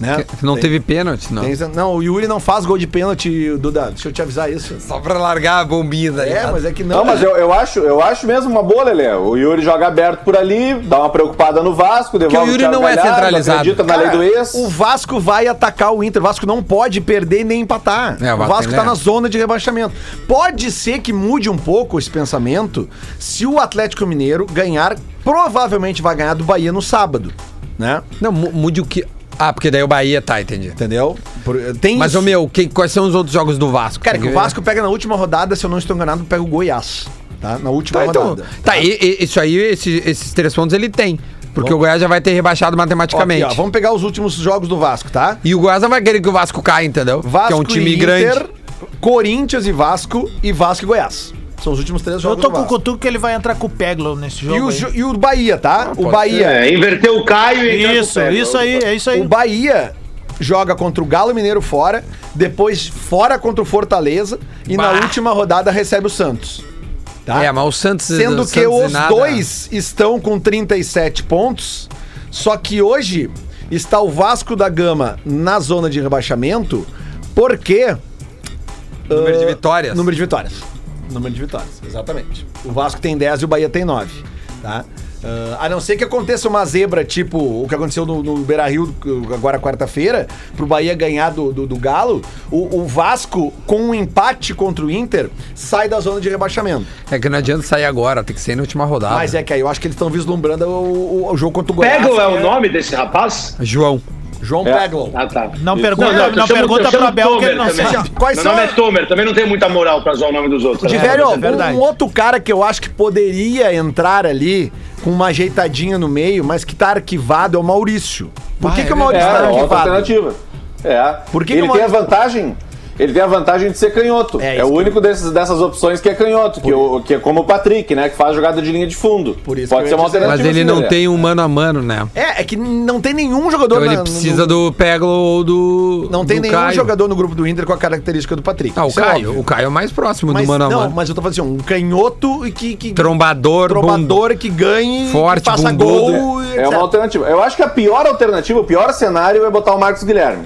C: Né?
A: Não
C: Tem-
A: teve pênalti, não.
C: tem essa- não, o Yuri não faz gol de pênalti, Duda. Deixa eu te avisar isso.
A: Só pra largar a bombinha daí.
C: É, mas é que não.
D: Não, mas eu, eu, acho, eu acho mesmo uma boa, Lelé. O Yuri joga aberto por ali, dá uma preocupada no Vasco, devolve
A: Yuri
D: Thiago
A: não é centralizado.
D: acredita na
C: Cara,
D: lei do ex.
C: O Vasco vai atacar o Inter. O Vasco não pode perder nem empatar.
A: É, o
C: o
A: Vasco
C: Vasco,
A: tem
C: tá
A: que-
C: na zona de rebaixamento. Pode ser que mude um pouco esse pensamento se o Atlético Mineiro ganhar, provavelmente vai ganhar do Bahia no sábado. Né?
A: Não, mu- mude o que. Ah, porque daí o Bahia tá, entendi.
C: Entendeu? Por- tem
A: Mas, ô meu, que- quais são os outros jogos do Vasco?
C: Cara, é
A: Tem
C: que o
A: ver.
C: Vasco pega na última rodada, se eu não estou enganado, pega o Goiás. Tá? Na última
A: Tá, então.
C: rodada.
A: Tá, e- e- isso aí, esse- esses três pontos ele tem. Porque o Goiás já vai ter rebaixado
C: Ó,
A: matematicamente.
C: aqui, ó, vamos pegar os últimos jogos do Vasco, tá?
A: E o Goiás não vai querer que o Vasco caia, entendeu?
C: Vasco,
A: que é um time
C: e
A: grande.
C: Corinthians e Vasco e Vasco e Goiás. São os últimos três
B: Então Eu
C: jogos
B: tô
C: do
B: com o
C: Vasco.
B: Cutuco que ele vai entrar com o Peglo nesse
C: E
B: jogo.
C: o,
B: aí.
C: jo- e o Bahia,
A: Ah,
C: tá? o Bahia.
E: É, inverteu o Caio e entrou
B: Isso,
E: com o Pega.
B: isso aí, é isso
C: O
B: aí.
C: Bahia joga contra o Galo Mineiro fora, depois fora contra o Fortaleza e na última rodada recebe o Santos. Tá?
A: É, mas o Santos.
C: Sendo
A: o
C: que
A: Santos e
C: os
A: nada-
C: dois estão com 37 pontos, só que hoje está o Vasco da Gama na zona de rebaixamento, porque
A: Número de vitórias.
C: Número de vitórias. Número de vitórias, exatamente. O Vasco tem 10 e o Bahia tem 9. Tá? Ah, a não ser que aconteça uma zebra, tipo o que aconteceu no, no Beira Rio agora quarta-feira, pro Bahia ganhar do, do, do Galo, o, o Vasco, com um empate contra o Inter, sai da zona de rebaixamento.
A: É que não adianta sair agora, tem que ser na última rodada.
C: Mas é que aí eu acho que eles estão vislumbrando o, o- o jogo contra o Goiás.
E: Pego é o
C: que
E: nome desse rapaz?
A: João.
C: João
E: É.
C: Peglow.
E: Ah, tá.
B: Não
E: Isso.
B: pergunta-
E: tu
B: não
E: chama-
B: pergunta
E: tu chama
B: pro Abel que
E: Tomer
B: ele não
E: também.
B: sabe.
C: Quais
E: Meu
C: são-
E: nome é Tomer, também não tem muita moral pra usar o nome dos outros.
C: De
E: né?
C: velho, ó,
B: é verdade.
C: um outro cara que eu acho que poderia entrar ali com uma ajeitadinha no meio, mas que tá arquivado é o Maurício. Por que,
A: Ah, é
C: que o Maurício
D: É,
C: tá
D: outra
C: arquivado?
D: alternativa. É.
C: Por que
D: ele
C: que o
D: tem
C: Maurício-
D: a vantagem. Ele tem a vantagem de ser canhoto.
C: É,
D: É,
C: isso
D: o
C: que eu-
D: único desses, dessas opções que é canhoto, que, o- que é como o Patrick, né? Que faz jogada de linha de fundo.
C: Por isso que eu
D: Pode ser
C: ia
D: uma
C: dizer.
D: alternativa.
A: Mas ele
D: sim,
A: não
D: né?
A: tem um mano a mano, né?
C: É, é que não tem nenhum jogador
A: Então ele
C: na- no-
A: precisa do Peglo ou do.
C: Não tem
A: do
C: nenhum
A: Caio.
C: jogador no grupo do Inter com a característica do Patrick.
A: Ah, o
C: Isso é
A: Caio.
C: óbvio.
A: o Caio é o mais próximo
C: Mas,
A: do mano a
C: não,
A: mano.
C: mas eu tô falando assim, um canhoto e que, que
A: Trombador,
C: trombador que ganhe,
A: Forte,
C: que faça
A: bundudo.
C: gol. e
D: É
C: etc.
D: uma alternativa. Eu acho que a pior alternativa, o pior cenário é botar o Marcos Guilherme.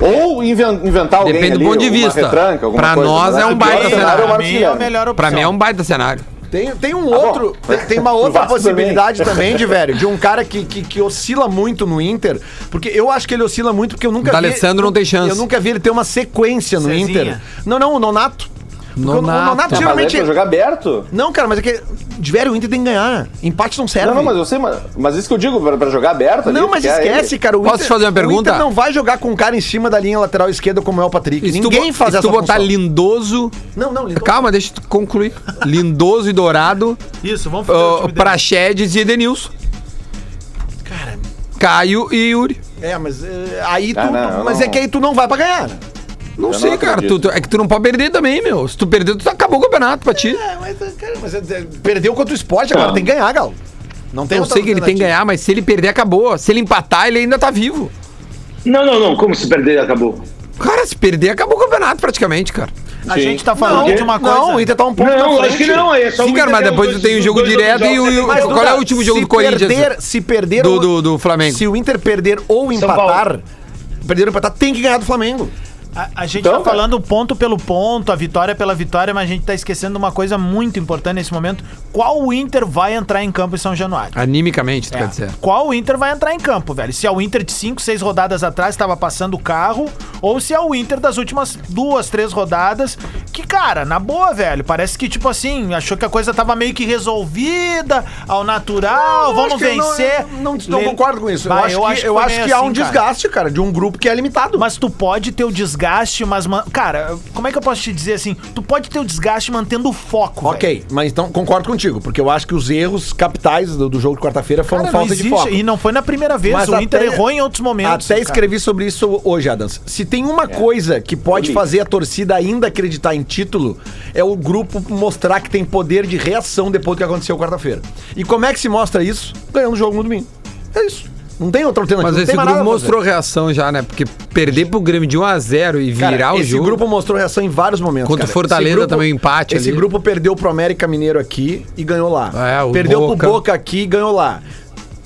D: Ou inven- inventar alguém
A: Depende do
D: ali,
A: ponto de
D: alguma
A: vista.
D: retranca, alguma
A: Pra
D: coisa,
A: nós
D: mas
A: é
D: acho
A: um
D: que o pior
A: baita cenário.
D: é
B: Pra
D: o Marcos
B: mim é a
D: Guilherme.
B: melhor opção.
C: assim,
A: Pra mim é um baita cenário.
C: Tem, tem um
D: Tá bom.
C: outro, tem, tem uma
D: O
C: outra
D: Vasco
C: possibilidade também, de velho, de um cara que, que, que oscila muito no Inter, porque eu acho que ele oscila muito porque eu nunca
A: O D'Alessandro não tem chance.
C: Eu nunca vi ele ter uma sequência no
B: Cezinha.
C: Inter. Não, não, o Nonato. Porque o- O
A: Nonato.
C: Nonato
A: Ah,
D: Mas aí
C: geralmente
D: pra jogar aberto?
C: Não, cara, mas é que de velho o Inter tem que ganhar. Empate não serve.
D: Não, não, mas eu sei, mas, mas isso que eu digo, pra, pra jogar aberto ali,
C: Não, mas
D: tu quer
C: esquece,
D: ele.
C: cara. O
A: Posso te fazer uma
C: O Inter
A: pergunta?
C: não vai jogar com um cara em cima da linha lateral esquerda como é o Patrick.
A: E se tu
C: Ninguém
A: bo-
C: faz
A: e se
C: essa
A: tu botar
C: função.
A: lindoso.
C: Não, não, Lindoso.
A: Calma, deixa eu concluir. lindoso e dourado.
B: Isso, vamos fazer o
A: Uh,
B: time dele.
A: Praxedes e Edenilson. Cara. Caio e Yuri.
C: É, mas eh, aí tu,
D: Ah, não,
C: tu-
D: eu
C: mas
D: não-
C: é que aí tu não vai pra ganhar. né?
A: Não
D: Eu
A: sei,
D: não
A: cara. Tu,
D: acredito.
A: tu- é que tu não pode perder também, meu. Se tu perder, tu acabou o campeonato pra ti.
C: É, mas, cara, mas é- é- perdeu contra o esporte, agora tem que ganhar, Galo. Não tem
A: Eu sei que ele tem que ganhar, mas se ele perder, acabou. Se ele empatar, ele ainda tá vivo.
E: Não, não, não. Como se perder, acabou.
A: Cara, se perder, acabou o campeonato praticamente, cara.
B: A
D: Sim.
B: gente tá falando
E: Não,
B: de uma coisa.
C: Não, o Inter tá um pouco
E: Não, acho que não. É só
A: Sim,
E: o
A: cara,
E: Inter
A: mas
E: ganhou
A: depois
E: dois-
A: tem o jogo
E: dois
A: direto
E: jogos,
A: e o- e o-
E: mas
A: Qual
C: Duda,
A: é o último jogo
C: se
A: do Corinthians?
C: Perder, se perder
A: Do-
C: ou-
A: do- do Flamengo.
C: Se o Inter perder ou
E: São
C: empatar,
E: Paulo.
C: perder ou empatar, tem que ganhar do Flamengo.
B: A, a gente
D: Então,
B: tá falando ponto pelo ponto, a vitória pela vitória, mas a gente tá esquecendo uma coisa muito importante nesse momento. Qual o Inter vai entrar em campo em São Januário?
A: Animicamente,
C: É.
A: tu quer dizer.
B: É. Qual o Inter vai entrar em campo, velho? Se é o Inter de 5, 6 rodadas atrás estava passando o carro, ou se é o Inter das últimas duas, três rodadas, que, cara, na boa, velho, parece que, tipo assim, achou que a coisa tava meio que resolvida, ao natural,
C: Eu
B: vamos
C: acho que eu
B: vencer.
C: Não, não, não
B: Le-
C: concordo com isso.
B: Bah,
C: eu acho que, eu
B: foi
C: acho
B: meio
C: que há um
B: assim, cara.
C: desgaste, cara, de um grupo que é limitado.
B: Mas tu pode ter o desgaste, mas. man- Cara, como é que eu posso te dizer assim? Tu pode ter o desgaste mantendo o foco. velho.
C: Ok, mas então concordo contigo, porque eu acho que os erros capitais do, do jogo de quarta-feira foram
B: Cara,
C: falta
B: não
C: de foco.
B: existe. E não foi na primeira vez.
C: Mas
B: o Inter
C: até-
B: errou em outros momentos.
C: Até
B: cara.
C: escrevi sobre isso hoje, Adams. Se tem uma coisa que pode
D: li.
C: fazer a torcida ainda acreditar em título, é o grupo mostrar que tem poder de reação depois do que aconteceu quarta-feira. E como é que se mostra isso? Ganhando o jogo no domingo. É isso. Não tem outra alternativa.
A: Mas
C: não
A: esse
C: tem mais
A: grupo
C: nada pra
A: mostrou reação já, né? Porque perder pro Grêmio de 1x0 e
C: fazer.
A: virar
C: Cara,
A: o
C: esse
A: jogo.
C: grupo mostrou reação em vários momentos.
A: Contra o
C: cara.
A: Fortaleza
C: Esse grupo-
A: também, o empate
C: Esse
A: ali.
C: grupo perdeu pro América Mineiro aqui e ganhou lá.
A: É, o
C: perdeu
A: Boca.
C: pro Boca aqui e ganhou lá.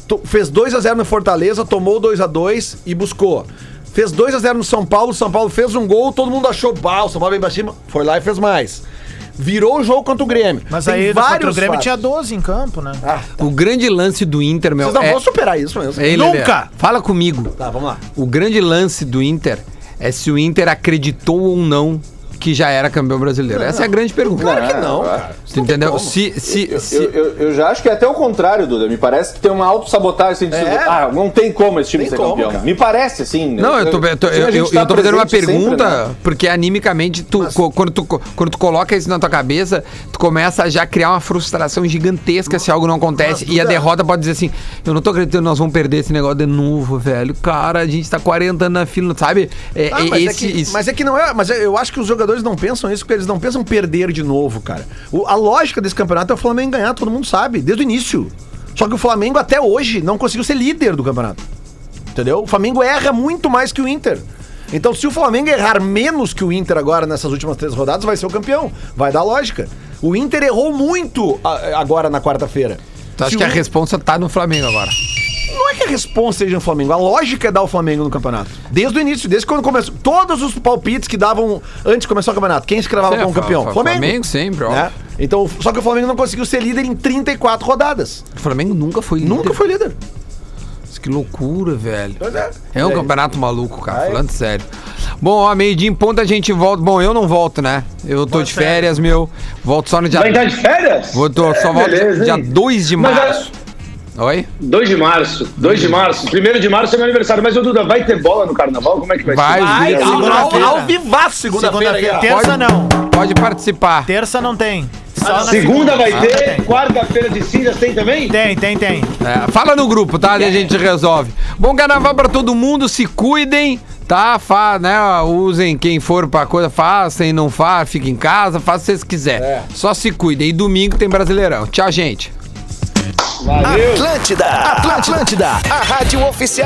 C: To- fez 2x0 no Fortaleza, tomou 2x2 e buscou. Fez 2x0 no São Paulo, São Paulo fez um gol, todo mundo achou, bah, o São Paulo vem pra cima, foi lá e fez mais. Virou o jogo contra o Grêmio.
B: Mas
C: Tem
B: aí contra o Grêmio
C: fatos. Ah,
B: tinha 12 em campo, né?
A: O grande lance do Inter, meu.
C: Vocês não
A: é- né?
C: vão superar isso mesmo.
A: Ei, Lelê,
B: Nunca!
A: Fala comigo.
C: Tá, vamos lá.
A: O grande lance do Inter é se o Inter acreditou ou não que já era campeão brasileiro? Essa é a grande pergunta.
D: Claro que não, cara.
A: Tu entendeu? Se, se,
D: Eu,
A: se-
D: eu- eu já acho que é até o contrário, Duda. Me parece que tem uma autossabotagem assim, de ah, não tem como esse time ser campeão. Me parece, assim.
A: Não, eu tô, eu tô,
D: Assim, a
A: eu,
D: gente
A: eu,
D: tá
A: eu tô fazendo uma
D: presente sempre,
A: pergunta,
D: né?
A: porque animicamente, tu, co- quando, tu, co- quando tu coloca isso na tua cabeça, tu começa a já criar uma frustração gigantesca se algo não acontece. E a
D: é.
A: derrota pode dizer assim: eu não tô acreditando, nós vamos perder esse negócio de novo, velho. Cara, a gente tá 40 anos na fila, sabe? É,
C: Ah,
A: é
C: mas,
A: esse-
C: é que,
A: isso-
C: mas é que não é. Mas eu acho que os jogadores não pensam isso, porque eles não pensam perder de novo, cara. O- a lógica desse campeonato é o Flamengo ganhar, todo mundo sabe, desde o início. Só que o Flamengo até hoje não conseguiu ser líder do campeonato. Entendeu? O Flamengo erra muito mais que o Inter. Então, se o Flamengo errar menos que o Inter agora nessas últimas três rodadas, vai ser o campeão. Vai dar lógica. O Inter errou muito a- agora na quarta-feira.
A: Tu acha
C: Se
A: que a
C: o-
A: responsa tá no Flamengo agora?
C: não é que a resposta seja no Flamengo, a lógica é dar o Flamengo no campeonato. Desde o início, desde quando começou. Todos os palpites que davam antes de começar o campeonato, quem se cravava
A: Sim,
C: como
A: fa-
C: campeão?
A: fa-
C: Flamengo.
A: é Flamengo sempre, ó.
C: Né? Então, só que o Flamengo não conseguiu ser líder em 34 rodadas.
A: O Flamengo nunca foi líder.
C: Nunca foi líder.
A: Que loucura, velho.
C: Pois é.
A: É um
C: E aí?
A: campeonato maluco, cara, falando sério. Bom, ó, meio-dia em ponta a gente volta. Bom, eu não volto, né? Eu tô de férias, meu. Volto só no dia.
E: Vai entrar de férias? É,
A: Vou, tô, só volto
E: beleza,
A: dia
E: hein?
A: 2 de
E: Mas, é-
A: março. Oi?
E: 2 de março, 2 de março. 1 de março é meu aniversário. Mas, ô Duda, vai ter bola no carnaval? Como é que vai,
A: Vai,
E: ser?
A: Ai,
E: Segunda-
B: segunda-feira.
C: vivaço
B: Segunda-feira.
C: aqui, ó.
B: Terça
A: Pode-
B: não.
A: Pode participar.
B: Terça não tem. Só na
E: Segunda vai
B: Ah,
E: ter, quarta-feira de cinzas tem também?
B: Tem, tem, tem. tem.
A: É, fala no grupo, tá? Daí a gente resolve. Bom carnaval pra todo mundo, se cuidem, tá? Fa, né, ó, usem quem for pra coisa, façam, não faz, fica em casa, faça o que vocês quiserem. Só se cuidem. E domingo tem Brasileirão. Tchau, gente.
E: Valeu!
F: Atlântida. Atlântida. A rádio oficial.